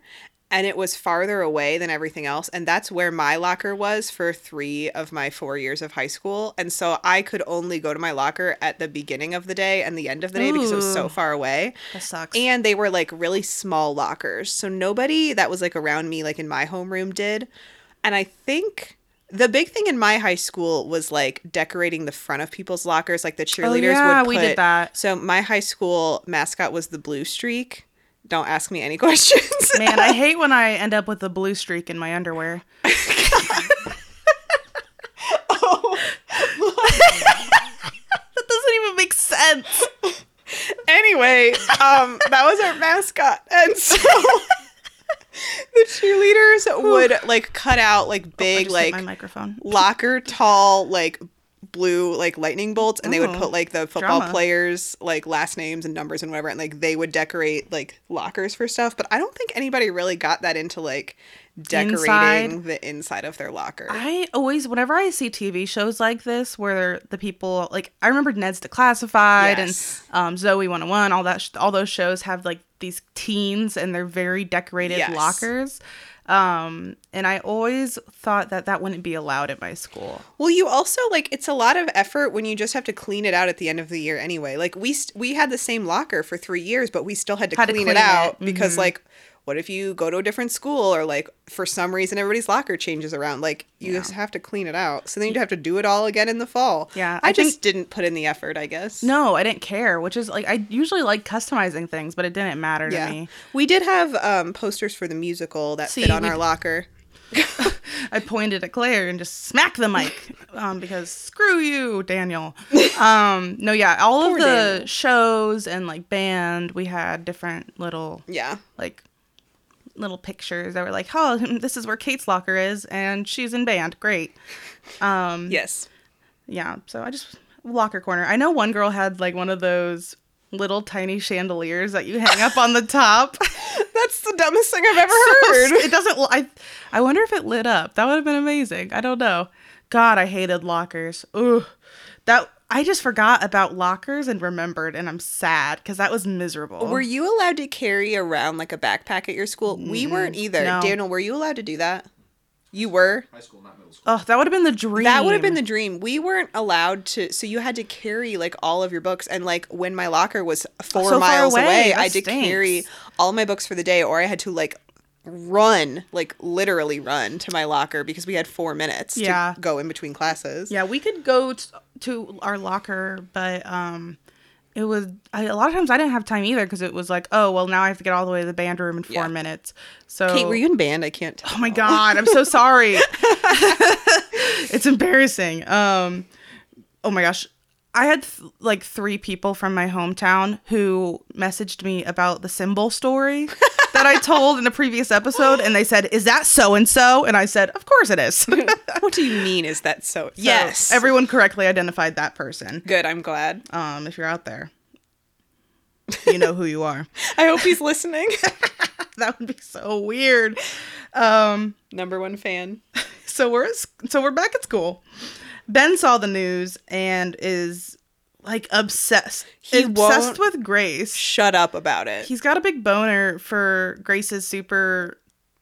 Speaker 2: and it was farther away than everything else and that's where my locker was for 3 of my 4 years of high school and so I could only go to my locker at the beginning of the day and the end of the day because it was so
Speaker 1: Ooh.
Speaker 2: far away
Speaker 1: That sucks.
Speaker 2: and they were like really small lockers so nobody that was like around me like in my homeroom did and i think the big thing in my high school was like decorating the front of people's lockers like the cheerleaders
Speaker 1: Oh, yeah,
Speaker 2: would
Speaker 1: we did
Speaker 2: put-
Speaker 1: that.
Speaker 2: so my high school mascot was the blue streak don't ask me any *laughs* questions
Speaker 1: Man, I hate when I end up with a blue streak in my
Speaker 2: *laughs*
Speaker 1: underwear.
Speaker 2: Oh,
Speaker 1: *laughs* That doesn't even make sense.
Speaker 2: anyway um that was our mascot and
Speaker 1: *laughs*
Speaker 2: so *laughs* the cheerleaders would like cut out like
Speaker 1: Oh, I
Speaker 2: big
Speaker 1: just hit
Speaker 2: like
Speaker 1: my microphone.
Speaker 2: locker tall like blue like lightning bolts and they would
Speaker 1: Oh,
Speaker 2: put like the football
Speaker 1: drama.
Speaker 2: players like last names and numbers and whatever and like they would decorate like lockers for stuff but i don't think anybody really got that into like decorating
Speaker 1: Inside.
Speaker 2: the inside of their locker
Speaker 1: I always, whenever I see TV shows like this, where the people, like, I remember Ned's Declassified
Speaker 2: Yes.
Speaker 1: and um, Zoe 101, all that, sh- all those shows have like these teens and they're very decorated
Speaker 2: Yes.
Speaker 1: lockers. Um, and I always thought that that wouldn't be allowed at my school.
Speaker 2: well you also like it's a lot of effort when you just have to clean it out at the end of the year anyway like we st- we had the same locker for three years but we still had to,
Speaker 1: Had to
Speaker 2: clean, it
Speaker 1: clean it. Mm-hmm.
Speaker 2: out because like what if you go to a different school or like for some reason everybody's locker changes around like you just have to clean it out so then you'd have to do it all again in the fall
Speaker 1: Yeah,
Speaker 2: i,
Speaker 1: I
Speaker 2: just didn't put in the effort i guess
Speaker 1: No, I didn't care, which is like, I usually like customizing things, but it didn't matter to
Speaker 2: yeah
Speaker 1: me.
Speaker 2: we did have um, posters for the musical that fit
Speaker 1: See,
Speaker 2: on
Speaker 1: we-
Speaker 2: our locker
Speaker 1: I pointed at Claire and just smacked the mic
Speaker 2: *laughs*
Speaker 1: um, because screw you, Daniel. Um, no, yeah, all
Speaker 2: Poor
Speaker 1: of the
Speaker 2: Daniel.
Speaker 1: shows and like band, we had different little
Speaker 2: yeah
Speaker 1: like little pictures that were like, oh, *laughs* this is where Kate's locker is, and she's in band. Great. Mm.
Speaker 2: yes *laughs*
Speaker 1: Yeah, so I just locker corner. I know one girl had like one of those little tiny chandeliers that you hang up on the
Speaker 2: *laughs*
Speaker 1: top.
Speaker 2: that's the dumbest thing i've ever heard
Speaker 1: it doesn't. li- I I wonder if it lit up. That would have been amazing. I don't know. God, I hated lockers. Ooh, that I just forgot about lockers and remembered, and I'm sad because that was miserable.
Speaker 2: were you allowed to carry around like a backpack at your school we weren't either
Speaker 1: no.
Speaker 2: daniel were you allowed to do that you were
Speaker 3: High school, not middle school.
Speaker 1: oh, that would have been the dream.
Speaker 2: That would have been the dream. We weren't allowed to, so you had to carry like all of your books. And like when my locker was four
Speaker 1: so far
Speaker 2: miles
Speaker 1: away,
Speaker 2: away,
Speaker 1: that
Speaker 2: I had to
Speaker 1: stinks.
Speaker 2: carry all my books for the day, or I had to like run, like literally run to my locker because we had four minutes
Speaker 1: Yeah.
Speaker 2: to go in between classes.
Speaker 1: Yeah, we could go t- to our locker, but um, it was I, a lot of times I didn't have time either because it was like, oh well, now I have to get all the way to the band room in four
Speaker 2: Yeah.
Speaker 1: minutes. So
Speaker 2: Kate, were you in band? I can't tell.
Speaker 1: Oh my god, I'm so sorry. it's embarrassing. Um oh my gosh. I had th- like three people from my hometown who messaged me about the symbol story that I told in the previous episode and they said, "Is that so and so?" and I said, "Of course it is." So
Speaker 2: What do you mean? Is that so? yes.
Speaker 1: everyone correctly identified that person.
Speaker 2: Good. I'm glad.
Speaker 1: Um if you're out there, you know who you are. *laughs*
Speaker 2: I hope he's listening. *laughs*
Speaker 1: That would be so weird. Um
Speaker 2: Number one fan.
Speaker 1: so we're at, sc- so we're back at school. Ben saw the news and is like obsessed.
Speaker 2: He
Speaker 1: obsessed
Speaker 2: won't-
Speaker 1: with Grace.
Speaker 2: Shut up about it.
Speaker 1: He's got a big boner for Grace's super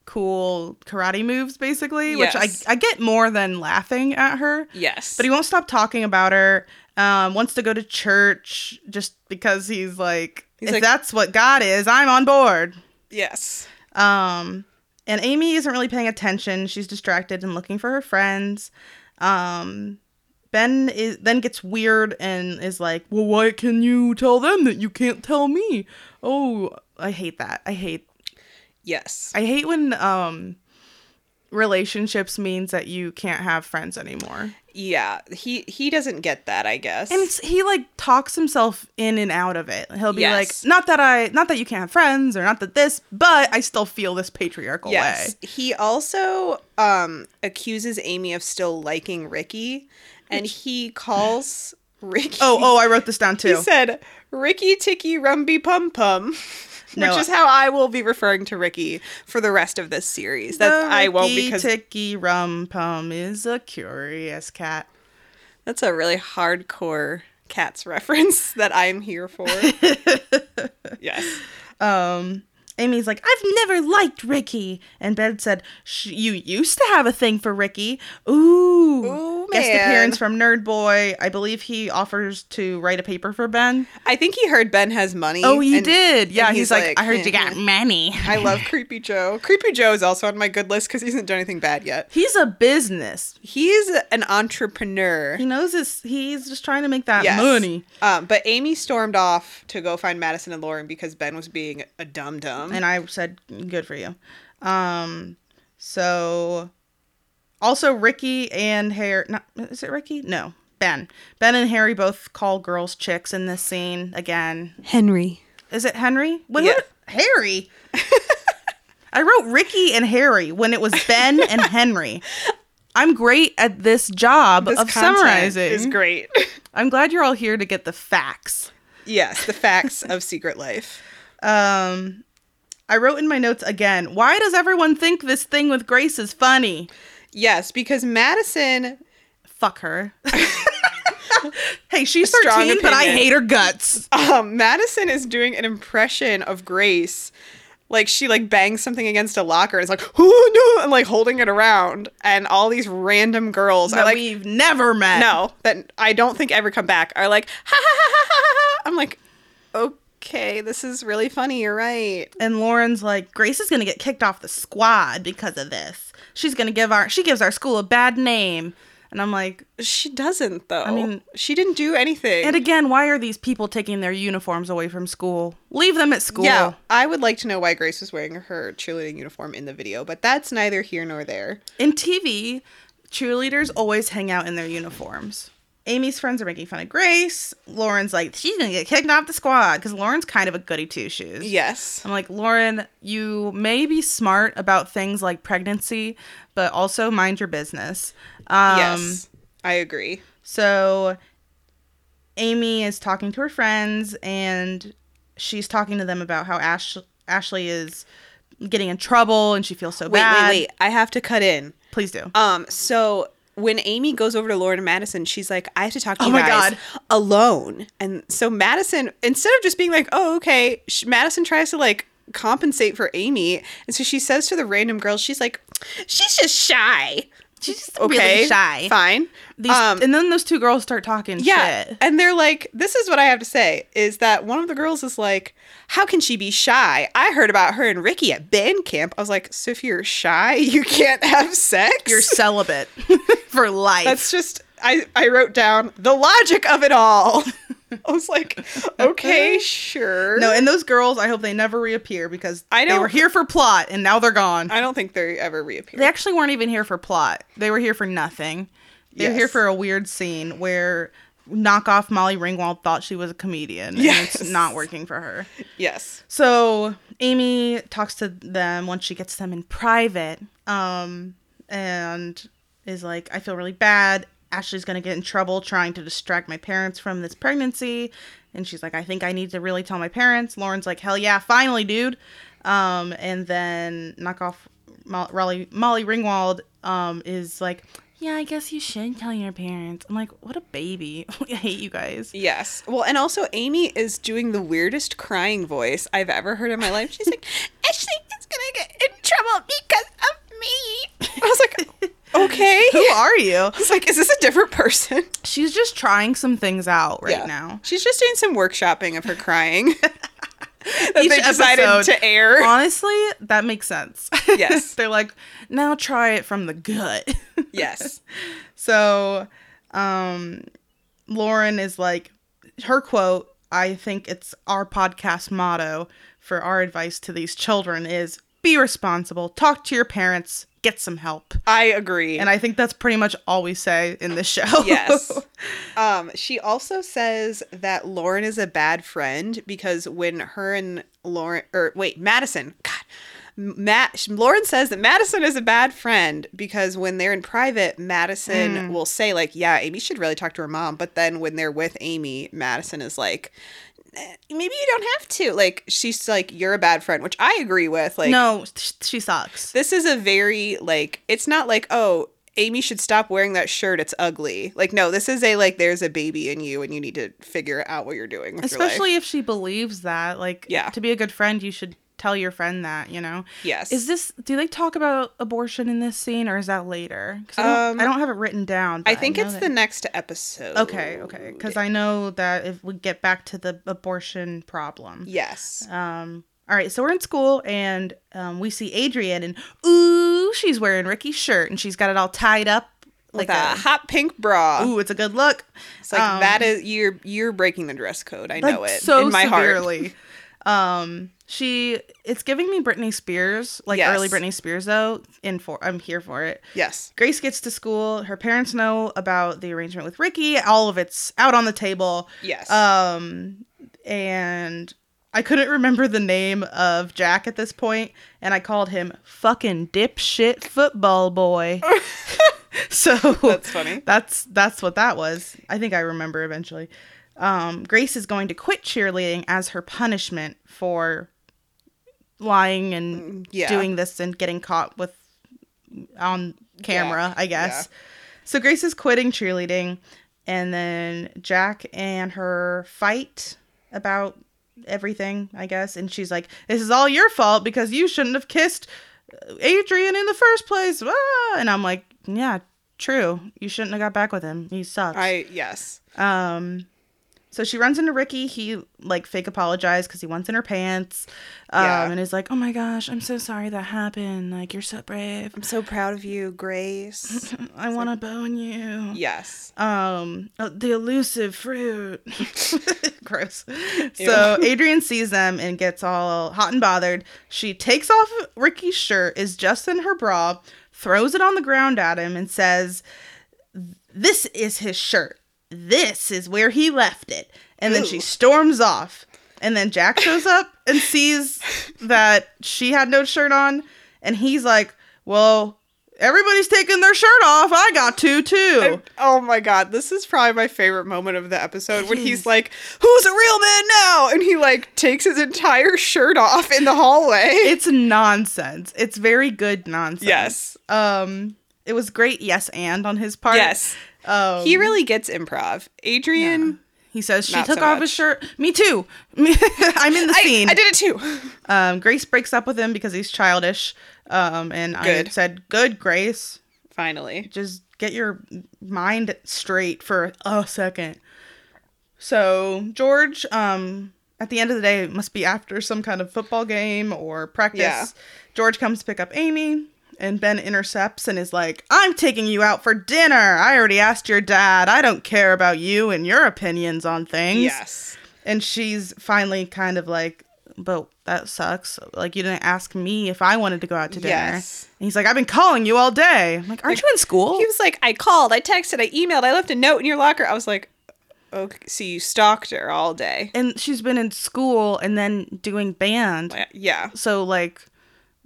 Speaker 1: cool karate moves, basically,
Speaker 2: Yes.
Speaker 1: which I I get more than laughing at her.
Speaker 2: yes.
Speaker 1: But he won't stop talking about her. Um, wants to go to church just because he's like,
Speaker 2: He's
Speaker 1: if
Speaker 2: like-
Speaker 1: that's what God is, I'm on board.
Speaker 2: yes.
Speaker 1: Um, and Amy isn't really paying attention. She's distracted and looking for her friends. Um, ben is then gets weird and is like, "Well, why can you tell them that you can't tell me?" Oh, I hate that. I hate.
Speaker 2: Yes.
Speaker 1: I hate when um relationships means that you can't have friends anymore.
Speaker 2: Yeah, he he doesn't get that, I guess.
Speaker 1: And it's, he like talks himself in and out of it. He'll be
Speaker 2: Yes.
Speaker 1: like, "Not that I, not that you can't have friends, or not that this, but I still feel this patriarchal way."
Speaker 2: yes, he also um accuses Amy of still liking Ricky, and
Speaker 1: *laughs*
Speaker 2: he calls Ricky.
Speaker 1: Oh, oh, I wrote this down too.
Speaker 2: he said Ricky Ticky Rumby Pum Pum.
Speaker 1: *laughs* No.
Speaker 2: Which is how I will be referring to Ricky for the rest of this series.
Speaker 1: Uh,
Speaker 2: That I won't
Speaker 1: Ricky
Speaker 2: because
Speaker 1: Ticky Rum Pum is a curious cat.
Speaker 2: that's a really hardcore *laughs*
Speaker 1: *laughs*
Speaker 2: cats reference that I'm here for. yes.
Speaker 1: Um, Amy's like, I've never liked Ricky. And Ben said, "Sh- You used to have a thing for Ricky. Ooh.
Speaker 2: Ooh,
Speaker 1: Guest
Speaker 2: man.
Speaker 1: appearance from Nerd Boy. I believe he offers to write a paper for Ben.
Speaker 2: I think he heard Ben has money.
Speaker 1: Oh, he
Speaker 2: and-
Speaker 1: did. Yeah,
Speaker 2: and
Speaker 1: he's, like, I heard you got
Speaker 2: "Mhm."
Speaker 1: money.
Speaker 2: I love
Speaker 1: *laughs*
Speaker 2: Creepy Joe. Creepy Joe is also on my good list because he hasn't done anything bad yet.
Speaker 1: He's a business.
Speaker 2: He's an entrepreneur.
Speaker 1: He knows this. He's just trying to make that
Speaker 2: Yes.
Speaker 1: money.
Speaker 2: Um, but Amy stormed off to go find Madison and Lauren because Ben was being a dum dum.
Speaker 1: And I said, good for you. Um, so also Ricky and Harry, not, is it Ricky? No, Ben. Ben and Harry both call girls chicks in this scene again.
Speaker 2: Henry.
Speaker 1: Is it Henry? What,
Speaker 2: Yeah.
Speaker 1: what- Harry. *laughs* I wrote Ricky and Harry when it was Ben and Henry. I'm great at this job
Speaker 2: This
Speaker 1: of
Speaker 2: content
Speaker 1: summarizing.
Speaker 2: is
Speaker 1: *laughs*
Speaker 2: great.
Speaker 1: I'm glad you're all here to get the facts.
Speaker 2: yes, the facts of Secret Life.
Speaker 1: Um, I wrote in my notes again. Why does everyone think this thing with Grace is funny?
Speaker 2: Yes, because Madison
Speaker 1: Fuck her. *laughs* hey, she's
Speaker 2: Strong
Speaker 1: thirteen, but I
Speaker 2: opinion.
Speaker 1: hate her
Speaker 2: *laughs*
Speaker 1: guts.
Speaker 2: um, Madison is doing an impression of Grace. Like she like bangs something against a locker and it's like, *laughs* oh no, and like holding it around. And all these random girls
Speaker 1: That
Speaker 2: are like,
Speaker 1: we've never met.
Speaker 2: no, that I don't think ever come back are like, ha ha ha ha ha ha. I'm like, okay, this is really funny. You're right.
Speaker 1: And Lauren's like, Grace is gonna get kicked off the squad because of this. She's gonna give our she gives our school a bad name. And I'm like,
Speaker 2: She doesn't though. I
Speaker 1: mean-
Speaker 2: mean, she didn't do anything.
Speaker 1: and again, why are these people taking their uniforms away from school? Leave them at school.
Speaker 2: yeah, I would like to know why Grace was wearing her cheerleading uniform in the video, but that's neither here nor there.
Speaker 1: In TV, cheerleaders always hang out in their uniforms. Amy's friends are making fun of Grace. Lauren's like, she's gonna get kicked off the squad because Lauren's kind of a goody two shoes.
Speaker 2: Yes.
Speaker 1: I'm like, Lauren, you may be smart about things like pregnancy, but also mind your business. Um,
Speaker 2: yes. I agree.
Speaker 1: So Amy is talking to her friends and she's talking to them about how Ash- Ashley is getting in trouble and she feels so
Speaker 2: Wait,
Speaker 1: bad.
Speaker 2: wait, wait. I have to cut in.
Speaker 1: Please do.
Speaker 2: Um, so when Amy goes over to Lauren and Madison, she's like, I have to talk to
Speaker 1: Oh
Speaker 2: you
Speaker 1: my
Speaker 2: guys
Speaker 1: God.
Speaker 2: alone. And so Madison, instead of just being like, oh, okay, sh- Madison tries to like compensate for Amy. And so she says to the random girl, she's like, she's just shy.
Speaker 1: She's just
Speaker 2: Okay.
Speaker 1: really shy.
Speaker 2: Fine.
Speaker 1: These,
Speaker 2: um,
Speaker 1: and then those two girls start talking
Speaker 2: yeah.
Speaker 1: shit.
Speaker 2: And they're like, this is what I have to say is that one of the girls is like, how can she be shy? I heard about her and Ricky at band camp. I was like, so if you're shy, *laughs* you can't have sex?
Speaker 1: *laughs* You're *laughs* celibate for life.
Speaker 2: That's just I I wrote down the logic of it all. *laughs* I
Speaker 1: *laughs*
Speaker 2: was like, okay, sure.
Speaker 1: no, and those girls, I hope they never reappear because
Speaker 2: I
Speaker 1: they
Speaker 2: don't-
Speaker 1: were here for plot and now they're gone.
Speaker 2: I don't think they ever reappear.
Speaker 1: They actually weren't even here for plot. They were here for nothing. They were here
Speaker 2: Yes.
Speaker 1: for a weird scene where knockoff Molly Ringwald thought she was a comedian. And
Speaker 2: Yes.
Speaker 1: it's not working for her.
Speaker 2: yes.
Speaker 1: So Amy talks to them once she gets them in private, um, and is like, "I feel really bad. Ashley's gonna get in trouble trying to distract my parents from this pregnancy." And she's like, "I think I need to really tell my parents." Lauren's like, "Hell yeah, finally, dude!" Um, and then knockoff Mo- Raleigh- Molly Ringwald um, is like, "Yeah, I guess you should tell your parents." I'm like, "What a baby! *laughs* I hate you guys."
Speaker 2: *laughs* Yes. Well, and also Amy is doing the weirdest crying voice I've ever heard in my life. She's like, *laughs* Ashley is gonna get in trouble because of me. I was like,
Speaker 1: *laughs*
Speaker 2: okay.
Speaker 1: Who
Speaker 2: *laughs*
Speaker 1: are you?
Speaker 2: I was like, is this a different person?
Speaker 1: She's just trying some things out *laughs* right
Speaker 2: Yeah.
Speaker 1: now.
Speaker 2: She's just doing some workshopping of her crying. *laughs* that
Speaker 1: Each
Speaker 2: they decided
Speaker 1: episode.
Speaker 2: to air. *laughs*
Speaker 1: Honestly, that makes sense. *laughs*
Speaker 2: Yes.
Speaker 1: They're like, now try it from the gut. *laughs*
Speaker 2: yes.
Speaker 1: so um Lauren is like her quote, I think it's our podcast motto for our advice to these children is be responsible, talk to your parents, get some help.
Speaker 2: I agree.
Speaker 1: And I think that's pretty much all we say in this show.
Speaker 2: *laughs*
Speaker 1: *laughs*
Speaker 2: Yes. Um, she also says that Lauren is a bad friend because when her and Lauren, or wait, Madison, God, Matt, Lauren says that Madison is a bad friend because when they're in private, Madison will say like, "Yeah, Amy should really talk to her mom," but then when they're with Amy, Madison is like. "Eh, Maybe you don't have to. Like she's like you're a bad friend, which I agree with. Like
Speaker 1: no, sh- she sucks.
Speaker 2: this is a very like it's not like oh amy should stop wearing that shirt it's ugly like no this is a like there's a baby in you and you need to figure out what you're doing with your life.
Speaker 1: Especially if she believes that, like,
Speaker 2: Yeah.
Speaker 1: to be a good friend, you should tell your friend that, you know?
Speaker 2: Yes.
Speaker 1: Is this, do they talk about abortion in this scene or is that later? 'Cause I, don't,
Speaker 2: Um,
Speaker 1: I don't have it written down. but
Speaker 2: I think
Speaker 1: know
Speaker 2: it's
Speaker 1: that-
Speaker 2: the next episode.
Speaker 1: Okay, okay. Because I know that if we get back to the abortion problem.
Speaker 2: Yes.
Speaker 1: Um, all right, so we're in school and um, we see Adrian and ooh, she's wearing Ricky's shirt and she's got it all tied up
Speaker 2: Like
Speaker 1: like
Speaker 2: a,
Speaker 1: a,
Speaker 2: hot pink bra.
Speaker 1: ooh, it's a good look.
Speaker 2: it's like
Speaker 1: um,
Speaker 2: that is you're you're breaking the dress code. I know it
Speaker 1: so
Speaker 2: in my heart.
Speaker 1: severely. um, she it's giving me Britney Spears, like
Speaker 2: Yes.
Speaker 1: early Britney Spears though. In for I'm here for it.
Speaker 2: Yes.
Speaker 1: Grace gets to school. Her parents know about the arrangement with Ricky. All of it's out on the table.
Speaker 2: Yes.
Speaker 1: Um, and I couldn't remember the name of Jack at this point, and I called him fucking dipshit football
Speaker 2: *laughs*
Speaker 1: boy. so
Speaker 2: That's funny.
Speaker 1: That's that's what that was. I think I remember eventually. Um, Grace is going to quit cheerleading as her punishment for lying and
Speaker 2: yeah.
Speaker 1: doing this and getting caught with on camera, I guess. So Grace is quitting cheerleading, and then Jack and her fight about everything, I guess. And she's like, "This is all your fault because you shouldn't have kissed uh, Adrian in the first place." Ah! And I'm like, "Yeah, true. You shouldn't have got back with him. He sucks."
Speaker 2: I yes.
Speaker 1: Um, so she runs into Ricky. He like fake apologized because he wants in her pants. Um,
Speaker 2: Yeah.
Speaker 1: and is like, "Oh my gosh, I'm so sorry that happened. Like, you're so brave.
Speaker 2: I'm so proud of you, Grace.
Speaker 1: I want to bone you."
Speaker 2: *laughs* yes.
Speaker 1: Um, oh, the elusive fruit. *laughs* Gross. So Adrian sees them and gets all hot and bothered. She takes off Ricky's shirt, is just in her bra, throws it on the ground at him, and says, This is his shirt. This is where he left it. And then
Speaker 2: Ooh.
Speaker 1: she storms off. And then Jack shows up and sees that she had no shirt on. And he's like, Well, everybody's taking their shirt off. I got to, too.
Speaker 2: I- *laughs* oh my god, this is probably my favorite moment of the episode when *laughs* he's like, "Who's a real man now?" and he like takes his entire shirt off in the *laughs* hallway.
Speaker 1: it's nonsense. It's very good nonsense.
Speaker 2: Yes.
Speaker 1: Um it was great yes and on his part.
Speaker 2: Yes.
Speaker 1: Um,
Speaker 2: He really gets improv. Adrian,
Speaker 1: he says she
Speaker 2: Not
Speaker 1: took
Speaker 2: so
Speaker 1: off his shirt. Me too. *laughs* Me- I'm in the
Speaker 2: I,
Speaker 1: scene.
Speaker 2: I did it too. *laughs*
Speaker 1: um Grace breaks up with him because he's childish. Um and I
Speaker 2: Good.
Speaker 1: said, "Good Grace,
Speaker 2: Finally.
Speaker 1: just get your mind straight for a second. So George, um, at the end of the day, it must be after some kind of football game or practice.
Speaker 2: Yeah.
Speaker 1: George comes to pick up Amy, and Ben intercepts and is like, "I'm taking you out for dinner. I already asked your dad. I don't care about you and your opinions on things."
Speaker 2: Yes.
Speaker 1: And she's finally kind of like, but that sucks. Like, you didn't ask me if I wanted to go out to dinner.
Speaker 2: Yes.
Speaker 1: And he's like, I've been calling you all day. I'm like, aren't you in school?
Speaker 2: He was like, "I called, I texted, I emailed, I left a note in your locker." I was like, "Okay, so you stalked her all day."
Speaker 1: And she's been in school and then doing band.
Speaker 2: Yeah.
Speaker 1: So, like,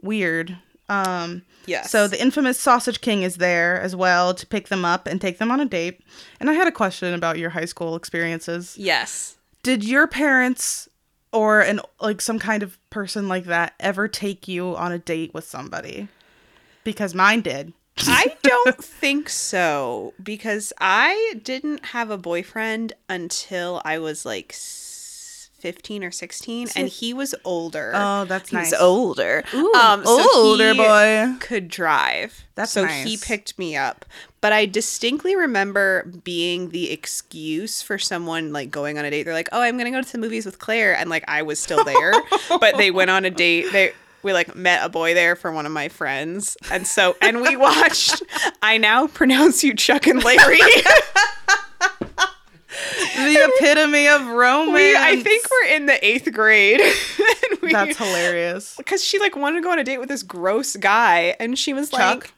Speaker 1: weird. Um,
Speaker 2: Yes.
Speaker 1: So the infamous Sausage King is there as well to pick them up and take them on a date. And I had a question about your high school experiences.
Speaker 2: yes.
Speaker 1: did your parents or an like some kind of person like that ever take you on a date with somebody because mine did *laughs*
Speaker 2: I don't think so because I didn't have a boyfriend until I was like s- 15 or 16 and he was older.
Speaker 1: Oh, that's
Speaker 2: He's
Speaker 1: nice.
Speaker 2: older.
Speaker 1: Ooh,
Speaker 2: Um, so
Speaker 1: older
Speaker 2: he
Speaker 1: boy.
Speaker 2: Could drive.
Speaker 1: That's
Speaker 2: so
Speaker 1: nice.
Speaker 2: he picked me up. But I distinctly remember being the excuse for someone like going on a date. They're like, "Oh, I'm going to go to the movies with Claire." And like I was still there, but they went on a date. They we like met a boy there for one of my friends. And so and we watched I now pronounce you Chuck and Larry. *laughs*
Speaker 1: the epitome of romance
Speaker 2: we, I think we're in the 8th grade. *laughs* and we,
Speaker 1: that's hilarious
Speaker 2: cuz she like wanted to go on a date with this gross guy and she was
Speaker 1: chuck
Speaker 2: like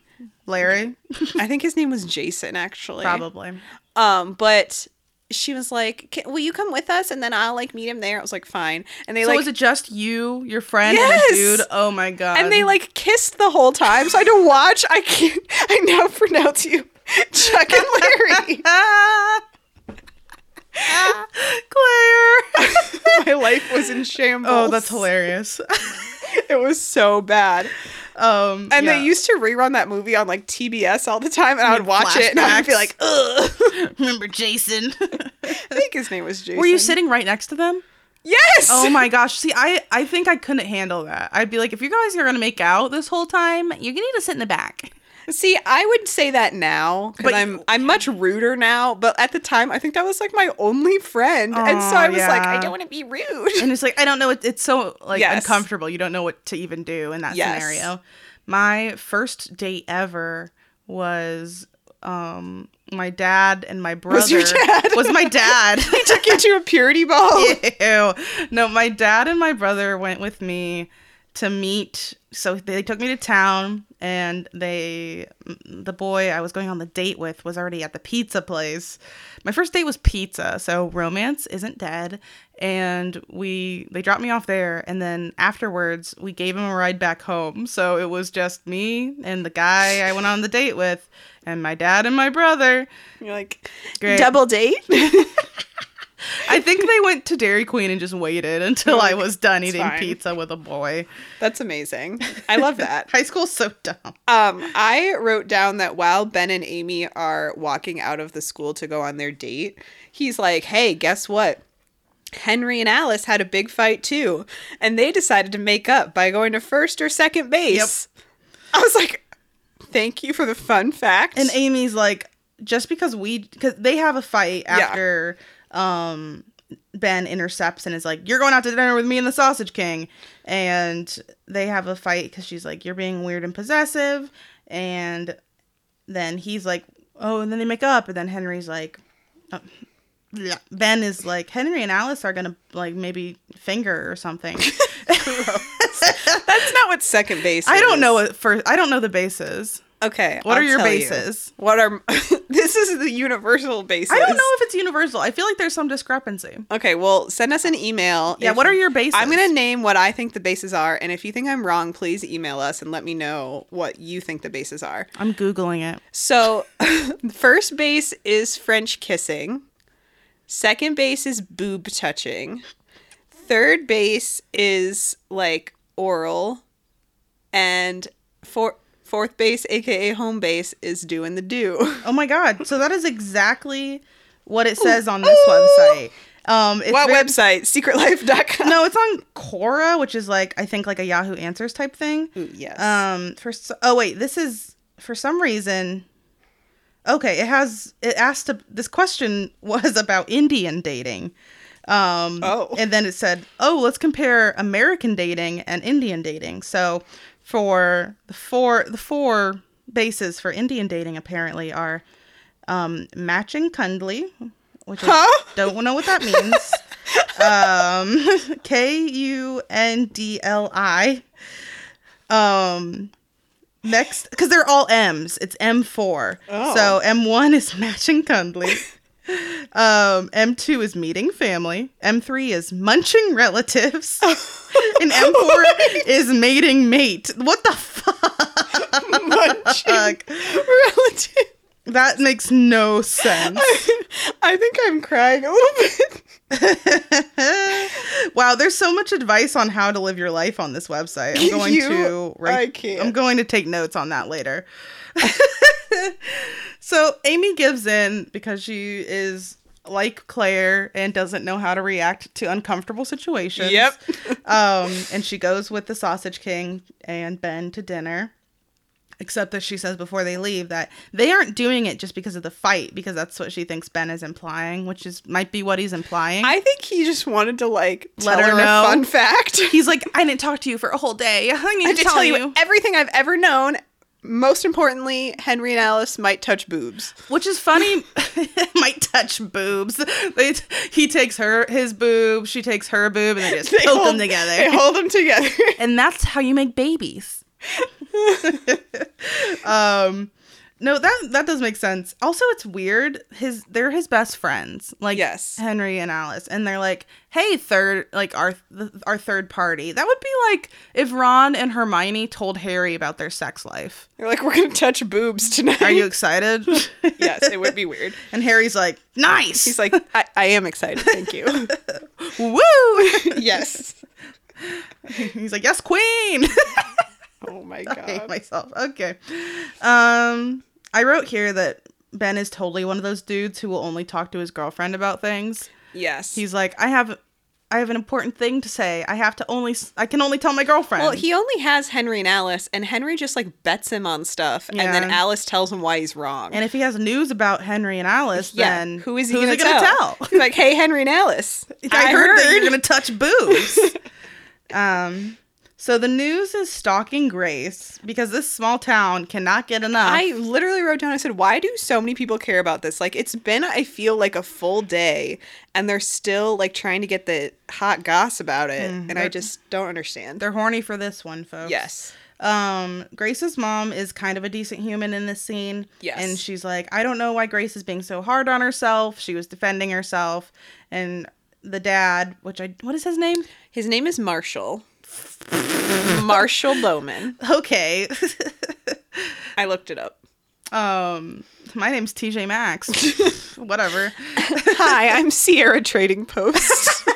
Speaker 1: larry
Speaker 2: I think his name was Jason actually.
Speaker 1: probably
Speaker 2: Um, but she was like, Can, "Will you come with us?" And then I'll like meet him there. I was like, "Fine." And they
Speaker 1: so
Speaker 2: like,
Speaker 1: was it just you your friend
Speaker 2: Yes!
Speaker 1: and a dude oh my god
Speaker 2: and they like kissed the whole time. So I had to watch. I can't. I now pronounce you Chuck and
Speaker 1: *laughs*
Speaker 2: Larry.
Speaker 1: ah! Ah!
Speaker 2: *laughs*
Speaker 1: claire
Speaker 2: My life was in shambles.
Speaker 1: oh that's hilarious
Speaker 2: It was so bad.
Speaker 1: um
Speaker 2: And
Speaker 1: yeah.
Speaker 2: they used to rerun that movie on like TBS all the time, and I would watch it, and I'd be
Speaker 1: flashbacks.
Speaker 2: like, "Ugh."
Speaker 1: remember jason
Speaker 2: *laughs* I think his name was Jason.
Speaker 1: were you sitting right next to them
Speaker 2: Yes.
Speaker 1: Oh my gosh. See, I I think I couldn't handle that. I'd be like, if you guys are gonna make out this whole time, you need to sit in the back.
Speaker 2: See, I would say that now because
Speaker 1: But
Speaker 2: I'm
Speaker 1: you-
Speaker 2: I'm much ruder now. But at the time, I think that was like my only friend, and so
Speaker 1: Aw,
Speaker 2: I was like, I
Speaker 1: yeah.
Speaker 2: don't want to be rude.
Speaker 1: *laughs*
Speaker 2: *laughs*
Speaker 1: And it's like I don't know. It, it's so like
Speaker 2: Yes.
Speaker 1: uncomfortable. You don't know what to even do in that
Speaker 2: Yes.
Speaker 1: scenario. My first date ever was um my dad and my brother
Speaker 2: Was your dad?
Speaker 1: *laughs* was my
Speaker 2: *laughs*
Speaker 1: dad.
Speaker 2: They took you to a purity
Speaker 1: *laughs*
Speaker 2: ball.
Speaker 1: Ew. No, my dad and my brother went with me to meet. So they took me to town, and they, the boy I was going on the date with, was already at the pizza place. My first date was pizza, so romance isn't dead. And we, they dropped me off there, and then afterwards we gave him a ride back home. So it was just me and the guy I went on the date with, and my dad and my brother.
Speaker 2: You're like
Speaker 1: Great. *laughs*
Speaker 2: double date.
Speaker 1: I think they went to Dairy Queen and just waited until I was done eating
Speaker 2: fine.
Speaker 1: pizza with a boy.
Speaker 2: That's amazing. I love that.
Speaker 1: High school's so dumb.
Speaker 2: Um, I wrote down that while Ben and Amy are walking out of the school to go on their date, he's like, "Hey, guess what? Henry and Alice had a big fight too, and they decided to make up by going to first or second base." I was like, "Thank you for the fun fact." *laughs*
Speaker 1: And Amy's like, just because we, because they have a fight after um, Ben intercepts and is like, "You're going out to dinner with me and the Sausage King," and they have a fight because she's like, "You're being weird and possessive," and then he's like, "Oh," and then they make up, and then Henry's like. uh, yeah. Ben is like Henry and Alice are gonna like maybe finger or *laughs* something.
Speaker 2: That's not what second base.
Speaker 1: I don't
Speaker 2: is.
Speaker 1: know what first. I don't know the bases.
Speaker 2: Okay,
Speaker 1: What
Speaker 2: I'll
Speaker 1: are your
Speaker 2: tell you.
Speaker 1: bases?
Speaker 2: What are *laughs* this is the universal basis?
Speaker 1: I don't know if it's universal. I feel like there's some discrepancy.
Speaker 2: Okay, well, send us an email.
Speaker 1: Yeah,
Speaker 2: if-
Speaker 1: what are your bases?
Speaker 2: I'm going to name what I think the bases are. And if you think I'm wrong, please email us and let me know what you think the bases are.
Speaker 1: I'm googling it.
Speaker 2: So, *laughs* first base is French kissing, second base is boob touching, third base is like oral, and four, fourth base, aka home base, is doing the do.
Speaker 1: Oh my god! So that is exactly what it says on this website. Um, it's
Speaker 2: What
Speaker 1: very-
Speaker 2: website?
Speaker 1: *laughs*
Speaker 2: Secretlife.com.
Speaker 1: No, it's on Quora, which is like I think like a Yahoo Answers type thing.
Speaker 2: Ooh, yes.
Speaker 1: Um, for s- oh wait, this is for some reason. Okay, it has it asked a, this question *laughs* was about Indian dating. Um,
Speaker 2: Oh.
Speaker 1: and then it said, "Oh, let's compare American dating and Indian dating." So, for the four the four bases for Indian dating apparently are um, matching kundli, which
Speaker 2: Huh?
Speaker 1: I don't know what that
Speaker 2: *laughs*
Speaker 1: means. um, *laughs* K U N D L I. Um, next, because they're all M's. It's M four.
Speaker 2: Oh.
Speaker 1: So M one is matching kundli. Um, M2 is meeting family. M3 is munching
Speaker 2: *laughs*
Speaker 1: relatives. and M4 is mating mate. What the fuck?
Speaker 2: *laughs* Munching *laughs* relative.
Speaker 1: That makes no
Speaker 2: *laughs*
Speaker 1: sense.
Speaker 2: I think I'm crying a little bit.
Speaker 1: wow, there's so much advice on how to live your life on this website. I'm going
Speaker 2: You-
Speaker 1: to write.
Speaker 2: I can't.
Speaker 1: I'm going to take notes on that later. *laughs* so Amy gives in because she is like Claire and doesn't know how to react to uncomfortable situations.
Speaker 2: Yep.
Speaker 1: um, and she goes with the Sausage King and Ben to dinner. Except that she says before they leave that they aren't doing it just because of the fight, because that's what she thinks Ben is implying, which is might be what he's implying.
Speaker 2: I think he just wanted to like
Speaker 1: Let
Speaker 2: tell
Speaker 1: her
Speaker 2: her
Speaker 1: know.
Speaker 2: a fun *laughs* fact.
Speaker 1: He's like, I didn't talk to you for a whole day. *laughs* I need
Speaker 2: I
Speaker 1: to
Speaker 2: did
Speaker 1: tell, you.
Speaker 2: everything I've ever known. Most importantly, Henry and Alice might touch boobs.
Speaker 1: Which is *laughs* funny. Might touch boobs. They he takes her his boob, she takes her boob, and they just poke them together.
Speaker 2: *laughs* They hold them together. *laughs*
Speaker 1: and that's how you make babies. *laughs* um, no, that that does make sense. Also, it's weird. His they're his best friends, like
Speaker 2: Yes.
Speaker 1: Henry and Alice, and they're like, "Hey, third, like our th- our third party." That would be like if Ron and Hermione told Harry about their sex life.
Speaker 2: They're like, we're gonna touch boobs
Speaker 1: *laughs*
Speaker 2: tonight.
Speaker 1: Are you excited?
Speaker 2: yes, it would be weird.
Speaker 1: And Harry's like, nice.
Speaker 2: He's like, I, I am excited. Thank you.
Speaker 1: woo. *laughs*
Speaker 2: *laughs* yes.
Speaker 1: He's like, yes, queen.
Speaker 2: *laughs* Oh my
Speaker 1: I hate
Speaker 2: god.
Speaker 1: myself. Okay. Um, I wrote here that Ben is totally one of those dudes who will only talk to his girlfriend about things.
Speaker 2: Yes.
Speaker 1: He's like, I have I have an important thing to say. I have to only I can only tell my girlfriend.
Speaker 2: Well, he only has Henry and Alice, and Henry just like bets him on stuff, and then
Speaker 1: Yeah.
Speaker 2: Alice tells him why he's wrong.
Speaker 1: and if he has news about Henry and Alice,
Speaker 2: yeah,
Speaker 1: then
Speaker 2: who is he
Speaker 1: who's
Speaker 2: going to
Speaker 1: gonna
Speaker 2: tell? He's like, hey, Henry and Alice,
Speaker 1: I, heard, that you're gonna touch
Speaker 2: *laughs*
Speaker 1: boobs. um, so the news is stalking Grace because this small town cannot get enough.
Speaker 2: I literally wrote down. I said, "Why do so many people care about this? Like, it's been I feel like a full day, and they're still like trying to get the hot goss about it, and I just don't understand."
Speaker 1: They're horny for this one, folks.
Speaker 2: Yes,
Speaker 1: Um, Grace's mom is kind of a decent human in this scene.
Speaker 2: Yes.
Speaker 1: And she's like, I don't know why Grace is being so hard on herself. She was defending herself. And the dad, which I, what is his name?
Speaker 2: his name is Marshall. Marshall Bowman.
Speaker 1: Okay.
Speaker 2: *laughs*
Speaker 1: *laughs*
Speaker 2: I looked it up.
Speaker 1: um, my name's TJ
Speaker 2: *laughs*
Speaker 1: Maxx. Whatever.
Speaker 2: Hi, I'm Sierra Trading *laughs* Post.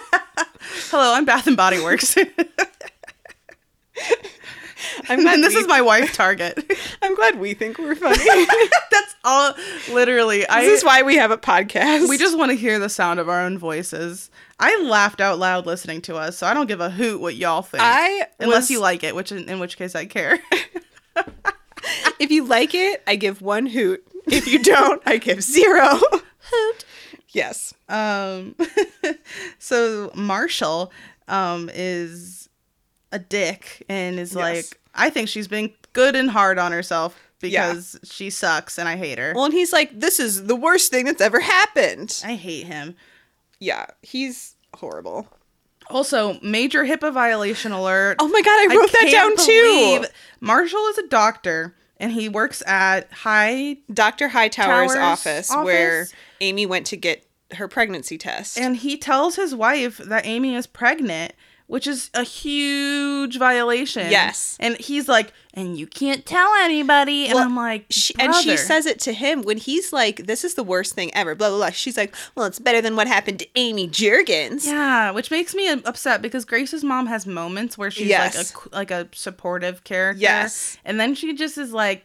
Speaker 1: Hello, I'm Bath and Body Works. *laughs*
Speaker 2: I'm glad
Speaker 1: and this
Speaker 2: we-
Speaker 1: is my wife, Target. *laughs*
Speaker 2: I'm glad we think we're *laughs* funny. this
Speaker 1: That's all, literally. I,
Speaker 2: is why we have a podcast.
Speaker 1: we just want to hear the sound of our own voices. I laughed out loud listening to us, so I don't give a hoot what y'all think.
Speaker 2: I
Speaker 1: unless
Speaker 2: was-
Speaker 1: you like it, which in, in which case I care. *laughs*
Speaker 2: if you like it, I give one hoot. If *laughs* you don't, I give zero.
Speaker 1: hoot.
Speaker 2: yes.
Speaker 1: Um, *laughs* so Marshall um is a dick and is
Speaker 2: Yes.
Speaker 1: like, I think she's being good and hard on herself because she sucks and I hate her.
Speaker 2: Well, and he's like, this is the worst thing that's ever happened.
Speaker 1: I hate him.
Speaker 2: Yeah, he's horrible.
Speaker 1: Also, major HIPAA violation alert.
Speaker 2: Oh my god, I wrote that down
Speaker 1: can't
Speaker 2: too.
Speaker 1: believe- Marshall is a doctor and he works at High
Speaker 2: Dr. Hightower's
Speaker 1: Towers
Speaker 2: office, where
Speaker 1: office?
Speaker 2: Amy went to get her pregnancy test.
Speaker 1: and he tells his wife that Amy is pregnant, which is a huge violation.
Speaker 2: Yes.
Speaker 1: And he's like, and you can't tell anybody. and
Speaker 2: Well,
Speaker 1: I'm like,
Speaker 2: she, and she
Speaker 1: "Brother."
Speaker 2: says it to him when he's like, "This is the worst thing ever." Blah blah blah. She's like, "Well, it's better than what happened to Amy Jurgens."
Speaker 1: Yeah, which makes me upset because Grace's mom has moments where she's
Speaker 2: Yes.
Speaker 1: like a like a supportive character.
Speaker 2: Yes.
Speaker 1: and then she just is like,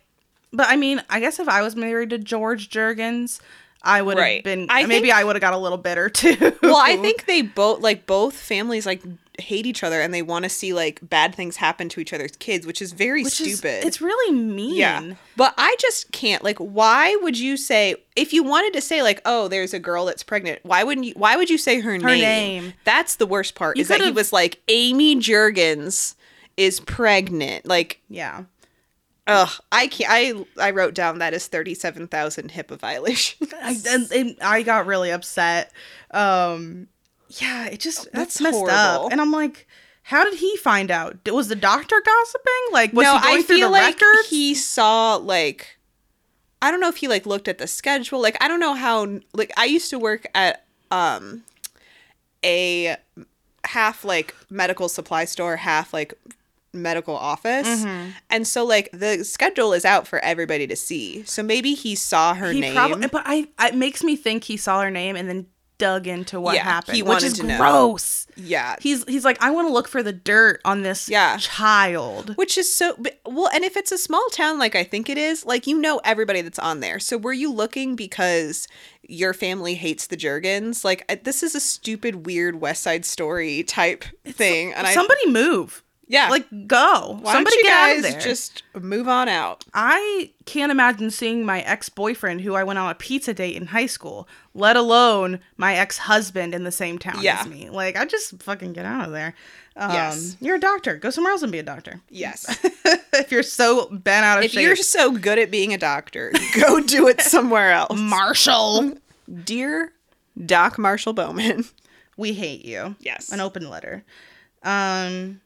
Speaker 1: but I mean, I guess if I was married to George Jurgens, I would have
Speaker 2: Right.
Speaker 1: been.
Speaker 2: I
Speaker 1: maybe
Speaker 2: think-
Speaker 1: I would have got a little bitter *laughs* too.
Speaker 2: *laughs* Well, I think they both like both families like hate each other and they want to see like bad things happen to each other's kids, which is very
Speaker 1: Which is-
Speaker 2: stupid.
Speaker 1: it's really mean.
Speaker 2: yeah. But I just can't like why would you say if you wanted to say like, "Oh, there's a girl that's pregnant." Why wouldn't you why would you say her, name?
Speaker 1: name.
Speaker 2: That's the worst part
Speaker 1: You
Speaker 2: is that he
Speaker 1: could've-
Speaker 2: was like Amy Jurgens is pregnant. Like
Speaker 1: Yeah.
Speaker 2: Ugh, I can't. I I wrote down that is thirty seven thousand HIPAA violations. *laughs*
Speaker 1: I, and, and I got really upset. Um, yeah, it just that's,
Speaker 2: Oh, that's
Speaker 1: messed
Speaker 2: horrible.
Speaker 1: up. And I'm like, how did he find out? Did- Was the doctor gossiping? Like, was he going
Speaker 2: I
Speaker 1: through
Speaker 2: feel
Speaker 1: the
Speaker 2: like
Speaker 1: records?
Speaker 2: he saw like, I don't know if he like looked at the schedule. Like I don't know how. Like I used to work at um, a half like medical supply store, half like medical office,
Speaker 1: Mm-hmm.
Speaker 2: and so like the schedule is out for everybody to see. So maybe he saw her
Speaker 1: He
Speaker 2: name.
Speaker 1: probably, but I, it makes me think he saw her name and then dug into what
Speaker 2: Yeah,
Speaker 1: happened,
Speaker 2: he
Speaker 1: which
Speaker 2: wanted
Speaker 1: is
Speaker 2: to know.
Speaker 1: gross.
Speaker 2: yeah,
Speaker 1: He's he's like, I want to look for the dirt on this
Speaker 2: Yeah.
Speaker 1: child.
Speaker 2: Which is so but- well, and if it's a small town like I think it is, like you know everybody that's on there. So were you looking because your family hates the Jurgens? Like I- this is a stupid, weird West Side Story type thing, and I
Speaker 1: Somebody move.
Speaker 2: yeah,
Speaker 1: Like go.
Speaker 2: why
Speaker 1: Somebody
Speaker 2: don't you
Speaker 1: get out
Speaker 2: guys
Speaker 1: of there.
Speaker 2: just move on out?
Speaker 1: I can't imagine seeing my ex boyfriend who I went on a pizza date in high school, let alone my ex husband in the same town
Speaker 2: Yeah.
Speaker 1: as me. Like, I just fucking get out of there. Um,
Speaker 2: Yes.
Speaker 1: You're a doctor. Go somewhere else and be a doctor.
Speaker 2: *laughs* Yes,
Speaker 1: *laughs* if you're so bent out of
Speaker 2: if
Speaker 1: shape.
Speaker 2: you're so good at being a doctor, *laughs* go do it somewhere else,
Speaker 1: Marshall,
Speaker 2: dear Doc Marshall Bowman. *laughs*
Speaker 1: we hate you.
Speaker 2: Yes.
Speaker 1: An open letter. Um,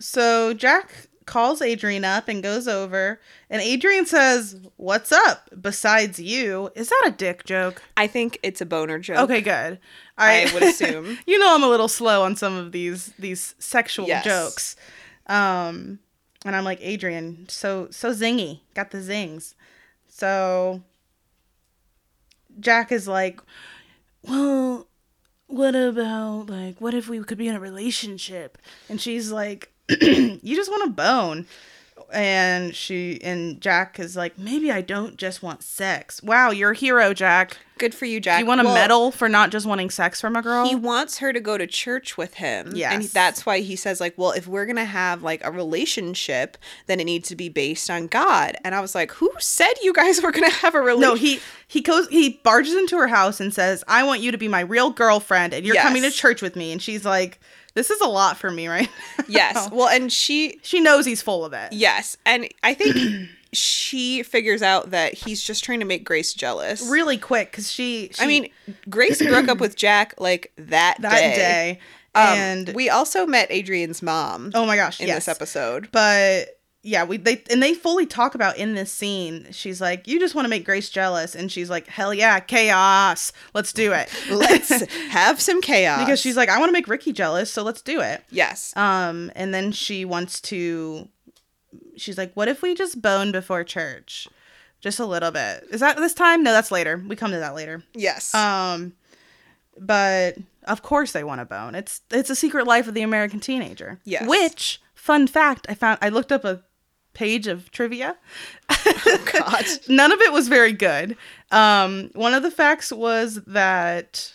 Speaker 1: so Jack calls Adrian up and goes over, and Adrian says, What's up besides you? Is that a dick joke?
Speaker 2: I think it's a boner joke.
Speaker 1: Okay, good.
Speaker 2: I
Speaker 1: *laughs*
Speaker 2: would assume.
Speaker 1: you know I'm a little slow on some of these these sexual
Speaker 2: Yes.
Speaker 1: jokes. Um and I'm like, Adrian, so so zingy. Got the zings. So Jack is like, Well, what about like *clears throat* what if we could be in a relationship? And she's like, You just want a bone. and she and Jack is like, maybe I don't just want sex. Wow, you're a hero, Jack.
Speaker 2: Good for you, Jack.
Speaker 1: You want a
Speaker 2: Well,
Speaker 1: medal for not just wanting sex from a girl?
Speaker 2: He wants her to go to church with him. And he-
Speaker 1: Uh-huh. Yes.
Speaker 2: that's why he says, like, well, if we're going to have like a relationship, then it needs to be based on God. And I was like, who said you guys were going to have a
Speaker 1: no,
Speaker 2: relationship?
Speaker 1: he he goes he barges into her house and says, "I want you to be my real girlfriend, and you're coming to
Speaker 2: Yes.
Speaker 1: church with me." And she's like, "This is a lot for me, right?" now."
Speaker 2: *laughs* yes. Well, and she,
Speaker 1: *laughs* she knows he's full of it.
Speaker 2: yes. And
Speaker 1: *clears throat*
Speaker 2: I think she figures out that he's just trying to make Grace jealous.
Speaker 1: Really quick, because she, she.
Speaker 2: I mean, Grace broke up with Jack like that,
Speaker 1: that day,
Speaker 2: Um,
Speaker 1: and
Speaker 2: we also met Adrian's mom
Speaker 1: oh my gosh,
Speaker 2: in
Speaker 1: yes.
Speaker 2: this
Speaker 1: *laughs*
Speaker 2: episode.
Speaker 1: but yeah we they and they fully talk about in this scene she's like you just want to make grace jealous and she's like hell yeah chaos let's do it
Speaker 2: *laughs* Let's have some
Speaker 1: *laughs*
Speaker 2: chaos.
Speaker 1: because she's like i want to make ricky jealous so let's do it
Speaker 2: yes.
Speaker 1: um and then she wants to she's like what if we just bone before church just a little bit is that this time no that's later we come to that later
Speaker 2: Yes. *laughs*
Speaker 1: um but of course they want to bone it's it's a secret life of the american teenager
Speaker 2: Yes.
Speaker 1: which fun fact i found i looked up a page of trivia
Speaker 2: Oh, God.
Speaker 1: none of it was very good um one of the facts was that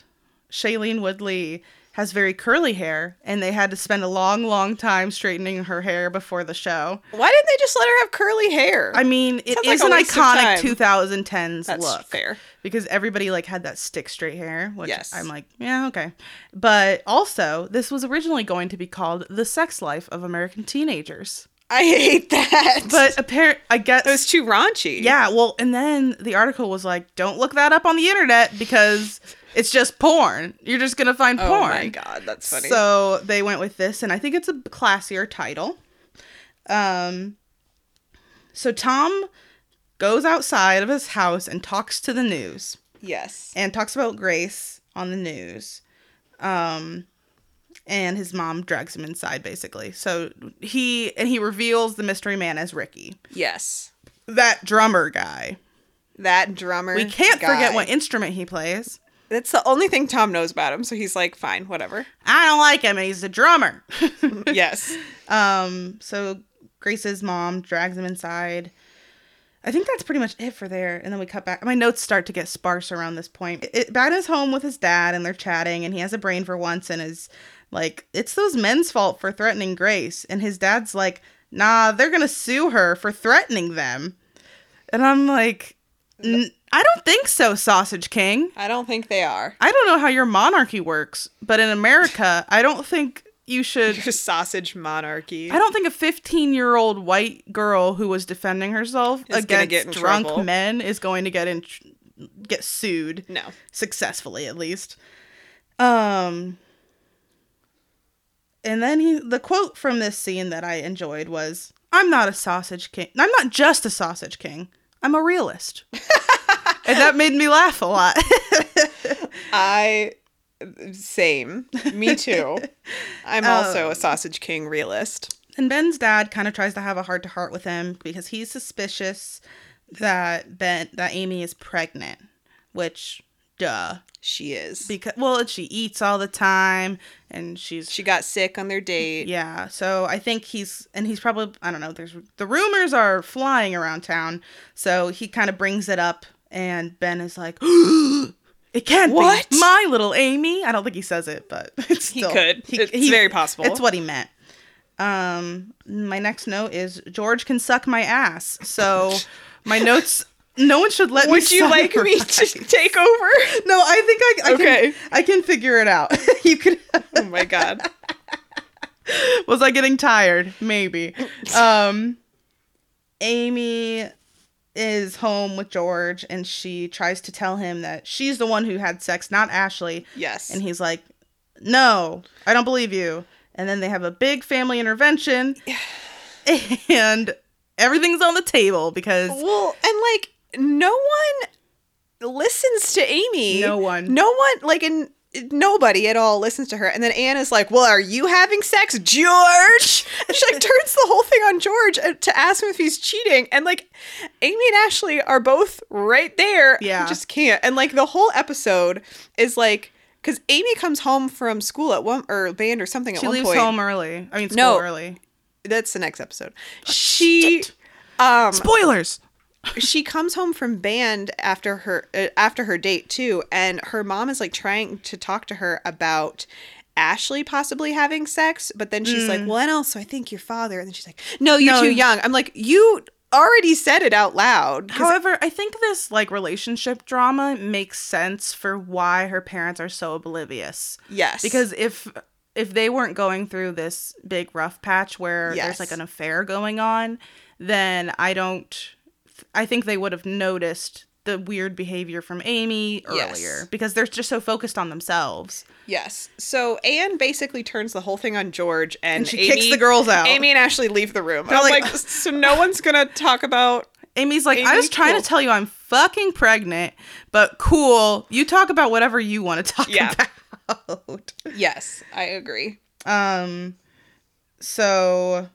Speaker 1: shailene woodley has very curly hair and they had to spend a long long time straightening her hair before the show
Speaker 2: Why didn't they just let her have curly hair?
Speaker 1: i mean it
Speaker 2: Sounds like
Speaker 1: is
Speaker 2: a
Speaker 1: an
Speaker 2: waste of
Speaker 1: iconic
Speaker 2: time.
Speaker 1: 2010s
Speaker 2: That's
Speaker 1: look
Speaker 2: fair.
Speaker 1: because everybody like had that stick straight hair which
Speaker 2: Yes.
Speaker 1: i'm like yeah okay but also this was originally going to be called the sex life of american teenagers
Speaker 2: I hate that. *laughs*
Speaker 1: but apparent i guess
Speaker 2: it was too raunchy.
Speaker 1: yeah well and then the article was like don't look that up on the internet because it's just porn you're just gonna find
Speaker 2: Oh
Speaker 1: porn
Speaker 2: my god, that's funny.
Speaker 1: so they went with this, and I think it's a classier title. Um, so Tom goes outside of his house and talks to the news
Speaker 2: yes.
Speaker 1: and talks about Grace on the news. Um, and his mom drags him inside basically. So he and he reveals the mystery man as Ricky,
Speaker 2: Yes.
Speaker 1: that drummer guy.
Speaker 2: That drummer.
Speaker 1: We can't forget
Speaker 2: guy.
Speaker 1: what instrument he plays.
Speaker 2: That's the only thing Tom knows about him, so he's like, fine,
Speaker 1: *laughs*
Speaker 2: whatever.
Speaker 1: I don't like him, and he's a drummer. *laughs*
Speaker 2: yes.
Speaker 1: Um, so Grace's mom drags him inside. I think that's pretty much it for there. And then we cut back. My notes start to get sparse around this point. It, it, Bad is home with his dad and they're chatting, and he has a brain for once and is like, it's those men's fault for threatening Grace. And his dad's like, nah, they're going to sue her for threatening them. And I'm like, N- I don't think so, Sausage King.
Speaker 2: I don't think they are.
Speaker 1: I don't know how your monarchy works, but in America, I don't think you should
Speaker 2: Your sausage monarchy.
Speaker 1: I don't think a 15 year old white girl who was defending herself
Speaker 2: Is gonna
Speaker 1: against
Speaker 2: get in
Speaker 1: drunk
Speaker 2: trouble.
Speaker 1: men is going to get in tr- get sued
Speaker 2: No.
Speaker 1: successfully at least. Um and then he the quote from this scene that I enjoyed was I'm not a sausage king. I'm not just a sausage king. I'm a
Speaker 2: *laughs*
Speaker 1: realist. and that made me laugh a lot. *laughs*
Speaker 2: I. Same.
Speaker 1: *laughs*
Speaker 2: Me too. I'm
Speaker 1: Um,
Speaker 2: also a sausage king realist.
Speaker 1: And Ben's dad kind of tries to have a heart to heart with him because he's suspicious that Ben that Amy is pregnant, which duh.
Speaker 2: She is.
Speaker 1: Because well, she eats all the time and she's
Speaker 2: she got sick on their date.
Speaker 1: yeah. So I think he's and he's probably I don't know, there's the rumors are flying around town. So he kind of brings it up and Ben is like *gasps* It can't
Speaker 2: What?
Speaker 1: be my little Amy. I don't think he says it, but *laughs* it's
Speaker 2: He
Speaker 1: still,
Speaker 2: could. It's very possible.
Speaker 1: It's what he meant. Um, my next note is George can suck my ass.
Speaker 2: *laughs*
Speaker 1: So my notes. No one should let me.
Speaker 2: Would you like me
Speaker 1: summarize.
Speaker 2: to take over?
Speaker 1: *laughs* No, I think I, I
Speaker 2: Okay.
Speaker 1: can. I can figure it out. *laughs* you could.
Speaker 2: *laughs* Oh my god.
Speaker 1: Was I getting tired?
Speaker 2: *laughs*
Speaker 1: Maybe. Um, Amy is home with George, and she tries to tell him that she's the one who had sex, not Ashley.
Speaker 2: Yes.
Speaker 1: And he's like, No, I don't believe you. And then they have a big family
Speaker 2: *sighs*
Speaker 1: intervention and everything's on the table because
Speaker 2: Well, and like no one listens to Amy.
Speaker 1: No one.
Speaker 2: No one like and nobody at all listens to her. And then Anne is like, "Well, are you having sex, George?" And she
Speaker 1: *laughs*
Speaker 2: like turns the whole thing on George uh, to ask him if he's cheating. And like Amy and Ashley are both right there.
Speaker 1: Yeah.
Speaker 2: I just can't. And like the whole episode is like because Amy comes home from school at one or band or something at
Speaker 1: she
Speaker 2: one
Speaker 1: leaves
Speaker 2: point.
Speaker 1: home early. I mean, school
Speaker 2: No.
Speaker 1: early.
Speaker 2: that's the next episode. She um
Speaker 1: Spoilers.
Speaker 2: she comes home from band after her uh, after her date too and her mom is like trying to talk to her about Ashley possibly having sex, but then she's like, "Well, and also I think your father." And then she's like, "No, you're
Speaker 1: Mm. No.
Speaker 2: too young." I'm like, "You already said it out loud." 'Cause
Speaker 1: However, I think this like relationship drama makes sense for why her parents are so oblivious.
Speaker 2: Yes.
Speaker 1: Because if if they weren't going through this big rough patch where
Speaker 2: Yes.
Speaker 1: there's like an affair going on, then I don't I think they would have noticed the weird behavior from Amy earlier
Speaker 2: Yes.
Speaker 1: because they're just so focused on themselves.
Speaker 2: yes. So Anne basically turns the whole thing on George and,
Speaker 1: And she
Speaker 2: Amy,
Speaker 1: kicks the girls out.
Speaker 2: Amy and Ashley leave the room. I'm
Speaker 1: like-
Speaker 2: like, so no one's gonna talk
Speaker 1: *laughs*
Speaker 2: about
Speaker 1: Amy's like,
Speaker 2: Amy,
Speaker 1: I was trying
Speaker 2: cool.
Speaker 1: to tell you I'm fucking pregnant, but cool. You talk about whatever you want to talk
Speaker 2: Yeah.
Speaker 1: about. *laughs*
Speaker 2: Yes, I agree.
Speaker 1: Um, so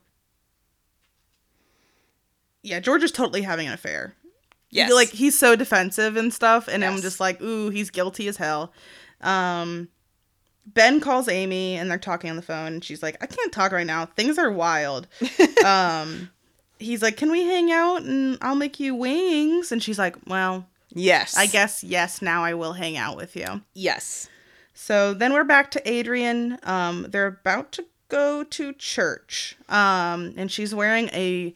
Speaker 1: yeah, George is totally having an affair.
Speaker 2: Yes.
Speaker 1: like he's so defensive and stuff, and I'm
Speaker 2: Yes.
Speaker 1: just like, ooh, he's guilty as hell. Um, Ben calls Amy, and they're talking on the phone, and she's like, I can't talk right now. Things are
Speaker 2: *laughs*
Speaker 1: wild. um, he's like, Can we hang out and I'll make you wings? And she's like, Well,
Speaker 2: yes.
Speaker 1: I guess yes. Now I will hang out with you.
Speaker 2: yes.
Speaker 1: So then we're back to Adrian. Um, they're about to go to church. Um, and she's wearing a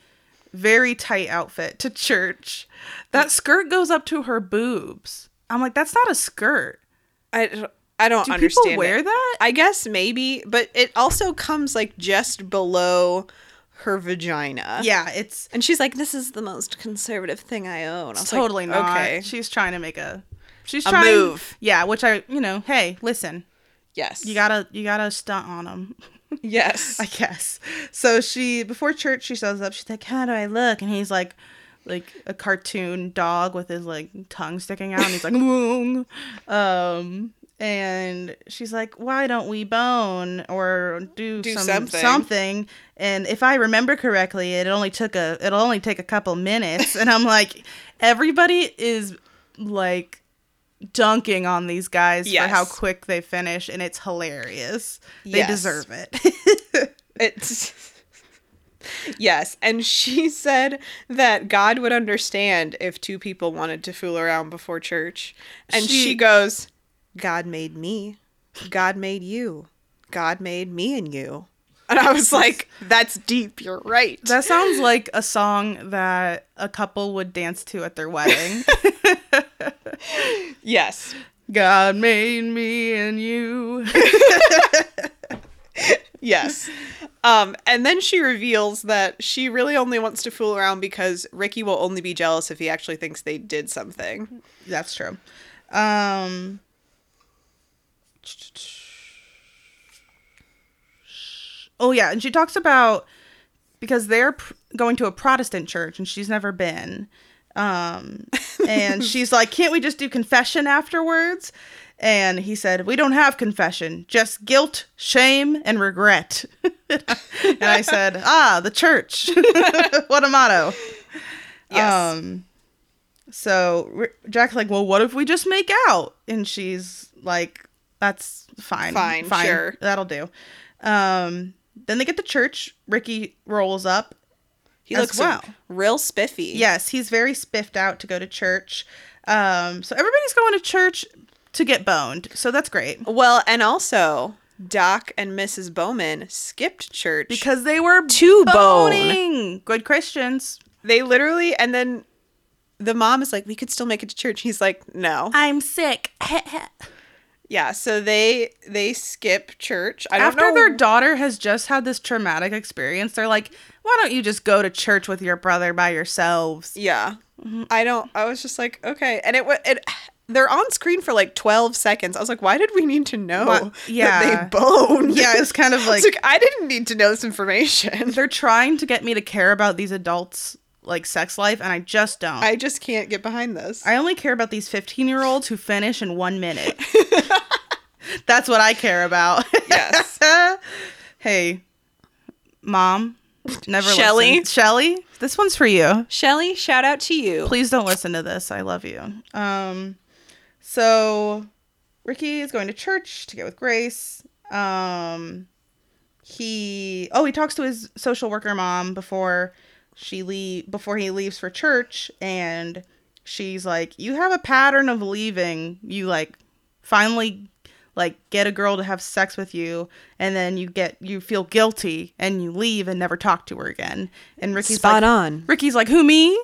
Speaker 1: very tight outfit to church. That skirt goes up to her boobs. I'm like, that's not a skirt.
Speaker 2: I don't- I don't
Speaker 1: Do
Speaker 2: understand.
Speaker 1: people wear
Speaker 2: it.
Speaker 1: that?
Speaker 2: I guess maybe, but it also comes like just below her vagina.
Speaker 1: yeah, it's
Speaker 2: And she's like, "This is the most conservative thing I own." I was like,
Speaker 1: totally not.
Speaker 2: Okay.
Speaker 1: She's trying to make a she's
Speaker 2: A
Speaker 1: trying
Speaker 2: move.
Speaker 1: Yeah, which I you know, hey, listen,
Speaker 2: Yes.
Speaker 1: you gotta you gotta stunt on them.
Speaker 2: Yes.
Speaker 1: I guess. So she before church she shows up, she's like, How do I look? And he's like like a cartoon dog with his like tongue sticking out and
Speaker 2: *laughs*
Speaker 1: he's like Woong. Um and she's like, Why don't we bone or do,
Speaker 2: Do
Speaker 1: some,
Speaker 2: something."
Speaker 1: something. And if I remember correctly, it only took a it'll only take a couple minutes. And I'm like, everybody is like dunking on these guys
Speaker 2: Yes.
Speaker 1: for how quick they finish and it's hilarious. They
Speaker 2: Yes.
Speaker 1: deserve it. *laughs*
Speaker 2: It's Yes, and she said that God would understand if two people wanted to fool around before church. And she,
Speaker 1: She-
Speaker 2: goes, "God made me. God made you. God made me and you." And I was like, "That's deep. You're right."
Speaker 1: That sounds like a song that a couple would dance to at their wedding.
Speaker 2: yes.
Speaker 1: God made me and you.
Speaker 2: Yes. Um, and then she reveals that she really only wants to fool around because Ricky will only be jealous if he actually thinks they did something.
Speaker 1: That's true. Um Oh yeah, and she talks about because they're pr- going to a Protestant church and she's never been. Um and she's like, "Can't we just do confession afterwards?" And he said, "We don't have confession, just guilt, shame, and regret." *laughs* and I said, "Ah, the church. *laughs* what a motto."
Speaker 2: Yes.
Speaker 1: Um, so R- Jack's like, well, what if we just make out? And she's like, that's fine.
Speaker 2: Fine, sure.
Speaker 1: That'll do. Um, then they get to church. Ricky rolls up.
Speaker 2: He
Speaker 1: as
Speaker 2: looks
Speaker 1: well.
Speaker 2: real spiffy.
Speaker 1: Yes, he's very spiffed out to go to church. Um, so everybody's going to church to get boned. So that's great.
Speaker 2: Well, and also Doc and Mrs. Bowman skipped church
Speaker 1: Because they were
Speaker 2: To bone.
Speaker 1: boning. Good Christians.
Speaker 2: they literally and then the mom is like, "We could still make it to church." He's like, "No."
Speaker 1: I'm
Speaker 2: *laughs*
Speaker 1: sick.
Speaker 2: Yeah, so they they skip church. I don't
Speaker 1: After
Speaker 2: know.
Speaker 1: their daughter has just had this traumatic experience, they're like, why don't you just go to church with your brother by yourselves?
Speaker 2: Yeah. I don't I was just like, okay. And it was it they're on screen for like 12 seconds. I was like, why did we need to know
Speaker 1: Why-
Speaker 2: that
Speaker 1: yeah.
Speaker 2: they boned?
Speaker 1: Yeah, *laughs* it's kind of
Speaker 2: *laughs* I was
Speaker 1: like,
Speaker 2: like, I didn't need to know
Speaker 1: *laughs*
Speaker 2: this information.
Speaker 1: they're trying to get me to care about these adults like sex life and I just don't. I,
Speaker 2: I just can't get behind this.
Speaker 1: only care about these 15-year-olds who finish in 1 *laughs* minute. That's what I care about.
Speaker 2: Yes.
Speaker 1: *laughs* hey, mom, never
Speaker 2: Shelley?
Speaker 1: listen. Shelly, this one's for you.
Speaker 2: Shelly, shout out to you.
Speaker 1: please don't listen to this. I love you. Um, so Ricky is going to church to get with Grace. Um, he oh he talks to his social worker mom before she leave before he leaves for church and she's like you have a pattern of leaving you like finally like get a girl to have sex with you and then you get you feel guilty and you leave and never talk to her again and ricky's
Speaker 2: Spot
Speaker 1: like,
Speaker 2: on.
Speaker 1: ricky's like who me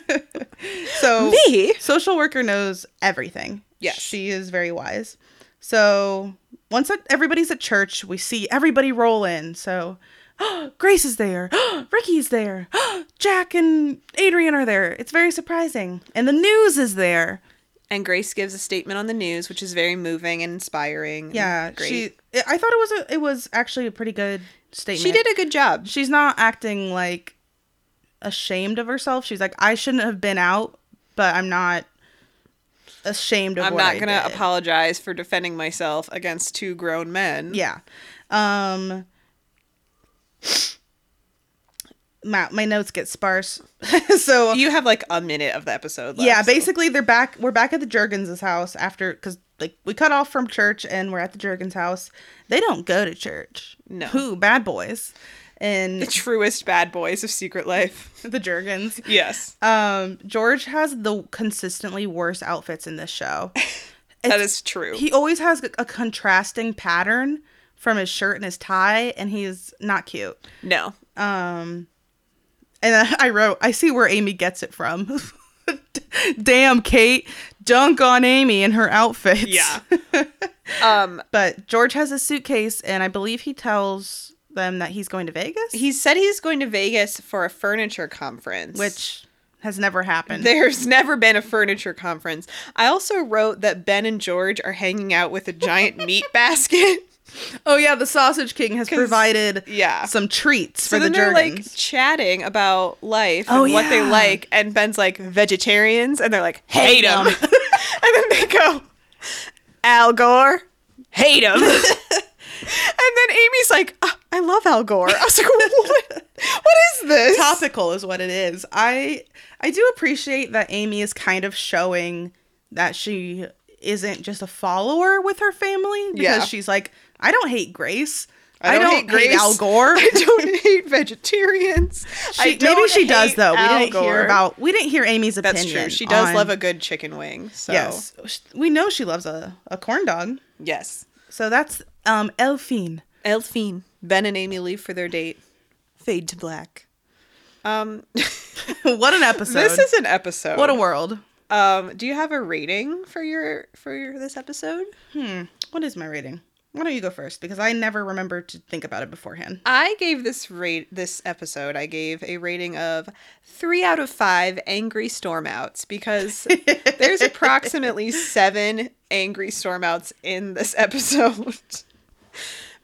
Speaker 1: *laughs* so
Speaker 2: Me?
Speaker 1: social worker knows everything
Speaker 2: Yes.
Speaker 1: she is very wise so once that everybody's at church we see everybody roll in so *gasps* grace is there *gasps* ricky's there *gasps* jack and adrian are there it's very surprising and the news is there
Speaker 2: And Grace gives a statement on the news, which is very moving and inspiring. and
Speaker 1: Yeah,
Speaker 2: great.
Speaker 1: she. I- I thought it was a. It was actually a pretty good statement.
Speaker 2: she did a good job.
Speaker 1: She's not acting like ashamed of herself. She's like, I shouldn't have been out, but I'm not ashamed of.
Speaker 2: I'm
Speaker 1: what
Speaker 2: not
Speaker 1: I
Speaker 2: gonna
Speaker 1: did."
Speaker 2: apologize for defending myself against two grown men.
Speaker 1: Yeah. Um. My, my notes get sparse, *laughs* so
Speaker 2: you have like a minute of the episode. Left,
Speaker 1: yeah
Speaker 2: so-
Speaker 1: basically they're back we're back at the jurgens' house after because like we cut off from church and we're at the jurgens' house they don't go to church
Speaker 2: No.
Speaker 1: who bad boys
Speaker 2: the *laughs*
Speaker 1: and
Speaker 2: truest bad boys of
Speaker 1: *laughs*
Speaker 2: Secret Life.
Speaker 1: the jurgens
Speaker 2: Yes,
Speaker 1: um george has the consistently worst outfits in this show
Speaker 2: *laughs* that
Speaker 1: It's-
Speaker 2: is true.
Speaker 1: he always has a contrasting pattern from his shirt and his tie and he's not cute
Speaker 2: no,
Speaker 1: And I I wrote, I see where Amy gets it from. *laughs* Damn, Kate, dunk on Amy and her outfits.
Speaker 2: yeah. um,
Speaker 1: *laughs* But George has a suitcase, and I believe he tells them that he's going to Vegas,
Speaker 2: he said he's going to Vegas for a furniture conference,
Speaker 1: which has never happened.
Speaker 2: There's never been a furniture conference. I also wrote that Ben and George are hanging out with a giant meat *laughs* basket.
Speaker 1: oh, yeah, the Sausage King has provided
Speaker 2: Yeah.
Speaker 1: some treats
Speaker 2: So
Speaker 1: for the
Speaker 2: then they're like
Speaker 1: Jurgens.
Speaker 2: chatting about life
Speaker 1: Oh,
Speaker 2: and what they
Speaker 1: yeah.
Speaker 2: like, and Ben's like vegetarians, and they're like hate them, *laughs* and then they go Al Gore, hate him, *laughs* and then Amy's like "Ah, I love Al Gore. I was like, what? What is this?
Speaker 1: Topical is what it is. I I do appreciate that Amy is kind of showing that she isn't just a follower with her family because
Speaker 2: Yeah.
Speaker 1: she's like, I don't hate Grace.
Speaker 2: I don't hate Grace.
Speaker 1: Al Gore.
Speaker 2: *laughs* I don't hate vegetarians. I
Speaker 1: *laughs* She- maybe
Speaker 2: don't
Speaker 1: she does
Speaker 2: hate
Speaker 1: though. We
Speaker 2: Al
Speaker 1: didn't
Speaker 2: Gore.
Speaker 1: hear about. We didn't hear Amy's opinion.
Speaker 2: That's true. She does
Speaker 1: on-
Speaker 2: love a good chicken wing. So
Speaker 1: Yes, we know she loves a a corn dog.
Speaker 2: yes.
Speaker 1: So that's um Elfine. *laughs*
Speaker 2: Elfine. Ben and Amy leave for their date. Fade to black. Um,
Speaker 1: what an episode!
Speaker 2: *laughs* this is an episode.
Speaker 1: what a world.
Speaker 2: um, do you have a rating for your for your, this episode?
Speaker 1: What is my rating? Why don't you go first because I never remember to think about it beforehand.
Speaker 2: I gave this rate this episode. I gave a rating of three out of five angry
Speaker 1: *laughs*
Speaker 2: stormouts because there's approximately seven angry stormouts in this *laughs* episode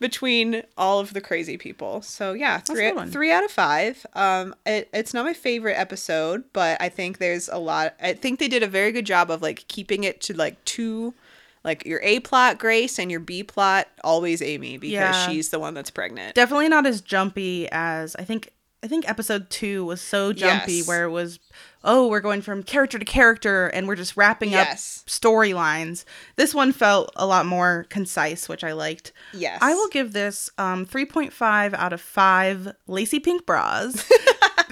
Speaker 2: between all of the crazy people. So yeah, three
Speaker 1: good one.
Speaker 2: three out of five. Um, it, it's not my favorite episode, but I think there's a lot. I think they did a very good job of like keeping it to like two. Like your A plot, Grace, and your B plot, always Amy, because
Speaker 1: Yeah.
Speaker 2: she's the one that's pregnant.
Speaker 1: Definitely not as jumpy as I think. I think episode two was so jumpy
Speaker 2: Yes.
Speaker 1: where it was, oh, we're going from character to character and we're just wrapping
Speaker 2: Yes.
Speaker 1: up storylines. This one felt a lot more concise, which I liked.
Speaker 2: Yes.
Speaker 1: I will give this um, 3.5 out of 5 lacy pink
Speaker 2: *laughs*
Speaker 1: bras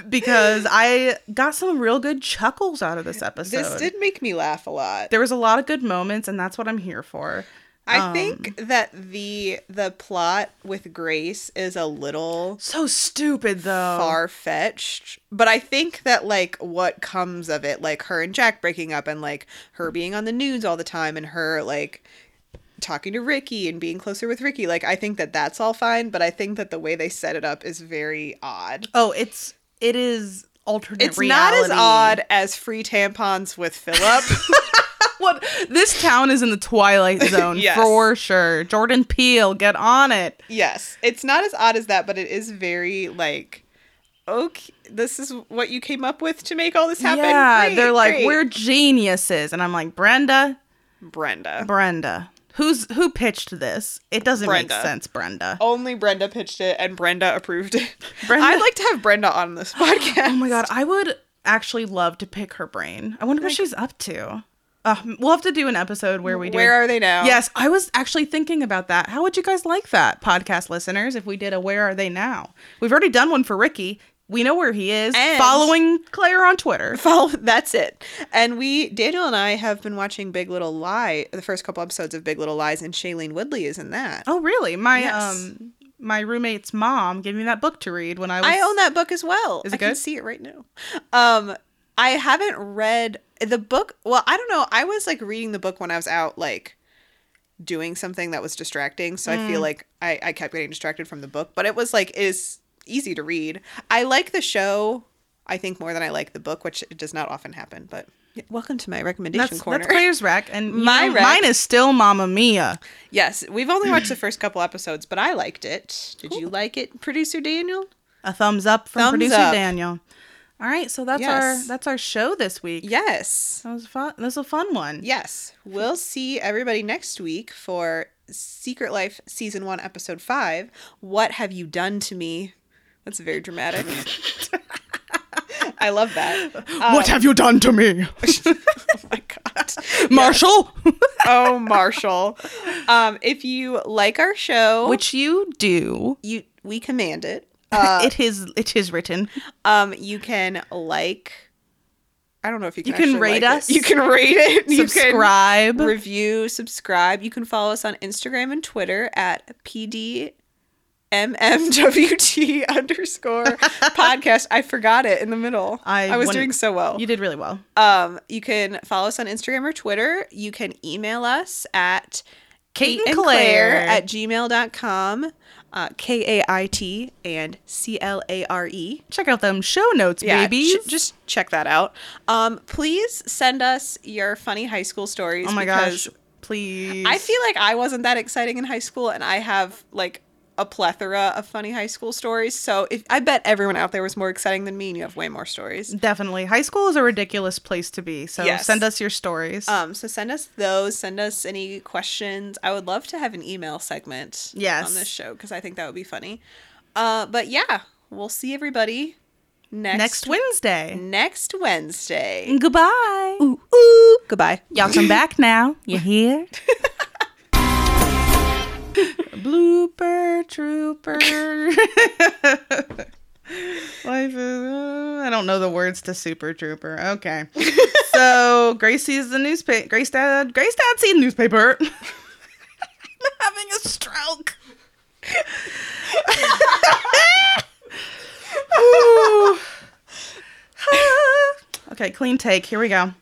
Speaker 1: because I got some real good chuckles out of this episode.
Speaker 2: This did make me laugh a lot.
Speaker 1: there was a lot of good moments, and that's what I'm here for.
Speaker 2: I think
Speaker 1: um,
Speaker 2: that the the plot with Grace is a little
Speaker 1: So stupid, though.
Speaker 2: far fetched, but I think that like what comes of it, like her and Jack breaking up, and like her being on the news all the time, and her like talking to Ricky and being closer with Ricky, like I think that that's all fine, but I think that the way they set it up is very odd.
Speaker 1: Oh, it's it is alternate.
Speaker 2: It's not as
Speaker 1: reality.
Speaker 2: odd as free tampons
Speaker 1: *laughs*
Speaker 2: with Philip.
Speaker 1: What this town is in the
Speaker 2: *laughs*
Speaker 1: twilight zone
Speaker 2: Yes.
Speaker 1: for sure. Jordan Peele, get on it.
Speaker 2: Yes, it's not as odd as that, but it is very like, okay, this is what you came up with to make all this happen.
Speaker 1: yeah,
Speaker 2: Great,
Speaker 1: they're like
Speaker 2: great.
Speaker 1: we're geniuses, and I'm like Brenda,
Speaker 2: Brenda.
Speaker 1: Brenda. Who's who pitched this? It doesn't
Speaker 2: Brenda. Oh,
Speaker 1: make sense, Brenda.
Speaker 2: Only Brenda pitched it, and Brenda approved it.
Speaker 1: Brenda-
Speaker 2: I'd like to have *laughs* Brenda Oh on *gasps* this podcast.
Speaker 1: Oh my god, I would actually love to pick her brain. I wonder what she's up to. Uh, we'll have to do an episode where we do.
Speaker 2: Where are they now?
Speaker 1: Yes, I was actually thinking about that. How would you guys like that, podcast listeners, if we did a Where Are They Now? We've already done one for Ricky. We know where he is.
Speaker 2: And-
Speaker 1: following Claire on Twitter.
Speaker 2: *laughs* Follow, that's it. And we, Daniel and I, have been watching Big Little Lie, the first couple episodes of Big Little Lies, and Shailene Woodley is in that.
Speaker 1: Oh, really? My
Speaker 2: Yes.
Speaker 1: um, my roommate's mom gave me that book to read when I was.
Speaker 2: I own that book as well.
Speaker 1: Is it
Speaker 2: I can
Speaker 1: good?
Speaker 2: see it right now. Um, I haven't read the book. Well, I don't know. I was like reading the book when I was out, like doing something that was distracting. So
Speaker 1: Mm.
Speaker 2: I feel like I, I kept getting distracted from the book, but it was like it is easy to read. I like the show. I think more than I like the book, which does not often happen. But welcome to my recommendation
Speaker 1: That's,
Speaker 2: corner.
Speaker 1: that's Claire's rec, and you
Speaker 2: My
Speaker 1: know,
Speaker 2: rec.
Speaker 1: mine is still Mamma Mia.
Speaker 2: *laughs* yes, we've only
Speaker 1: *clears throat*
Speaker 2: watched the first couple episodes, but I liked it. Did you like it, producer Daniel?
Speaker 1: A thumbs up from
Speaker 2: Thumbs
Speaker 1: producer
Speaker 2: up.
Speaker 1: Daniel. All right, so that's
Speaker 2: Yes.
Speaker 1: our that's our show this week.
Speaker 2: Yes.
Speaker 1: That was fun. That was a fun one.
Speaker 2: Yes. We'll see everybody next week for Secret Life Season 1, Episode 5. What Have You Done to Me? That's very dramatic. *laughs* I love that.
Speaker 1: *laughs* what have you done to
Speaker 2: *laughs*
Speaker 1: me,
Speaker 2: Oh my God.
Speaker 1: Marshall?
Speaker 2: Oh, Marshall. Um, if you like our
Speaker 1: *laughs*
Speaker 2: show,
Speaker 1: Which you do.
Speaker 2: you we command it,
Speaker 1: *laughs* it is it is written.
Speaker 2: um, you can like. I don't know if you can.
Speaker 1: You can
Speaker 2: actually
Speaker 1: rate
Speaker 2: like it.
Speaker 1: us.
Speaker 2: You can rate it. *laughs* You can
Speaker 1: Subscribe.
Speaker 2: review, subscribe. You can follow us on Instagram and Twitter at PDMMWT *laughs* underscore
Speaker 1: *laughs*
Speaker 2: podcast. I forgot it in the middle. I,
Speaker 1: I
Speaker 2: was
Speaker 1: wouldn't-
Speaker 2: doing so well.
Speaker 1: you did really well.
Speaker 2: um, you can follow us on Instagram or Twitter. You can email us at
Speaker 1: Kate and Claire.
Speaker 2: at gmail.com, uh, K A I T and C L A R E
Speaker 1: Check out them show notes, babies.
Speaker 2: ch- just check that out. Um, please send us your funny high school stories.
Speaker 1: oh my
Speaker 2: because
Speaker 1: gosh. Please.
Speaker 2: I feel like I wasn't that exciting in high school, and I have like a plethora of funny high school stories. So if I bet everyone out there was more exciting than me, and you have way more stories.
Speaker 1: Definitely. High school is a ridiculous place to be. So
Speaker 2: Yes.
Speaker 1: send us your stories.
Speaker 2: Um, so send us those. Send us any questions. I would love to have an email segment.
Speaker 1: Yes.
Speaker 2: on this show because I think that would be funny. Uh, but yeah, we'll see everybody
Speaker 1: Next
Speaker 2: next
Speaker 1: Wednesday.
Speaker 2: next Wednesday.
Speaker 1: Goodbye.
Speaker 2: Ooh, ooh, goodbye.
Speaker 1: Y'all come back now. You hear? Blooper trooper. Life is. uh, I don't know the words to super trooper. Okay. so Gracie is the newspaper. Grace dad. Grace dad seen newspaper. *laughs* I'm having a *laughs* stroke. Ooh. okay, clean take. Here we go.